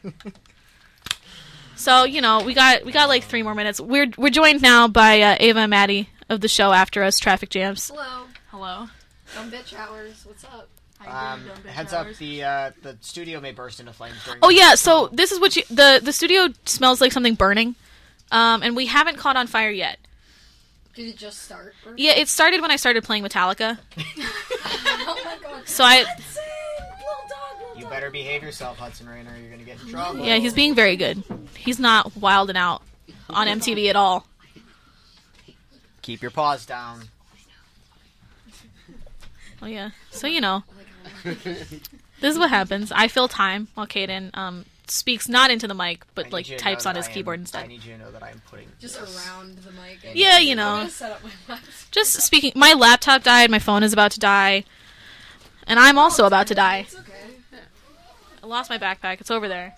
so you know we got we got like three more minutes. We're we're joined now by uh, Ava and Maddie of the show After Us Traffic Jams.
Hello.
Hello.
Dumb bitch hours. What's up?
Um, heads up, the uh, the studio may burst into flames during.
Oh yeah, so this is what you the the studio smells like something burning, um, and we haven't caught on fire yet.
Did it just start? Or-
Yeah, it started when I started playing Metallica,
oh my god.
so I.
Hudson, little dog, little
You
dog.
better behave yourself, Hudson Rainer. You're gonna get in trouble.
Yeah, he's being very good. He's not wilding out on MTV at all.
Keep your paws down.
Oh yeah. So you know, this is what happens. I fill time while Caden um speaks not into the mic,
I
but
need
like
you to
types
know
on
that
his
I am- I
keyboard instead.
need you to know that I'm putting.
Just around the mic. I
Yeah, you
I'm
know,
gonna set up my laptop.
just speaking. My laptop died. My phone is about to die, and I'm also about to die.
It's okay.
I lost my backpack. It's over there.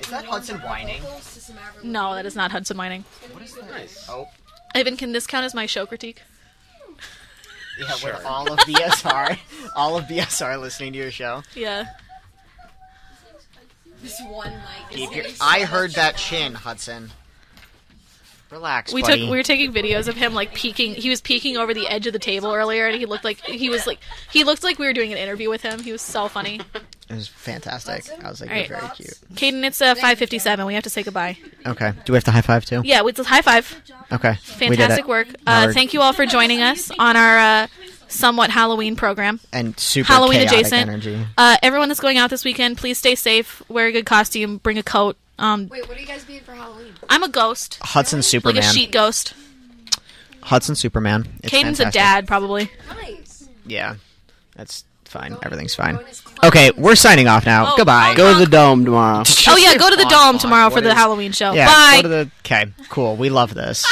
Is that Hudson whining?
Close to some average-
No, that is not Hudson mining.
Nice.
Oh,
Ivan, can this count as my show critique?
yeah. With all of BSR, all of BSR listening to your show.
Yeah.
This one mic.
Keep
is
your.
getting so
I
much
heard that
love.
chin, Hudson. Relax,
We
buddy.
took we were taking videos of him like peeking. He was peeking over the edge of the table earlier, and he looked like he was like he looked like we were doing an interview with him. He was so funny.
It was fantastic.
Hudson?
I was like,
All
you're
right.
very cute.
Caden, it's uh, five fifty seven. We have to say goodbye.
Okay. Do we have to high five too?
Yeah, with a high five.
Okay. We did
Fantastic
it.
work. Uh,
Howard.
thank you all for joining us on our uh, somewhat Halloween program.
And super
Halloween
chaotic
adjacent.
energy.
Uh, everyone that's going out this weekend, please stay safe. Wear a good costume. Bring a coat. Um,
Wait, what are you guys being for Halloween?
I'm a ghost,
Hudson
like
Superman.
a sheet ghost.
Hudson Superman. It's
Caden's a
fantastic.
dad, probably.
Nice.
Yeah. That's fine. Everything's fine.
Going as clowns.
Okay, we're signing off now.
Oh,
Goodbye.
Go to the dome tomorrow.
Oh yeah, go to the Dome tomorrow for the Halloween show.
Yeah,
Bye.
go to the Okay, cool. We love this.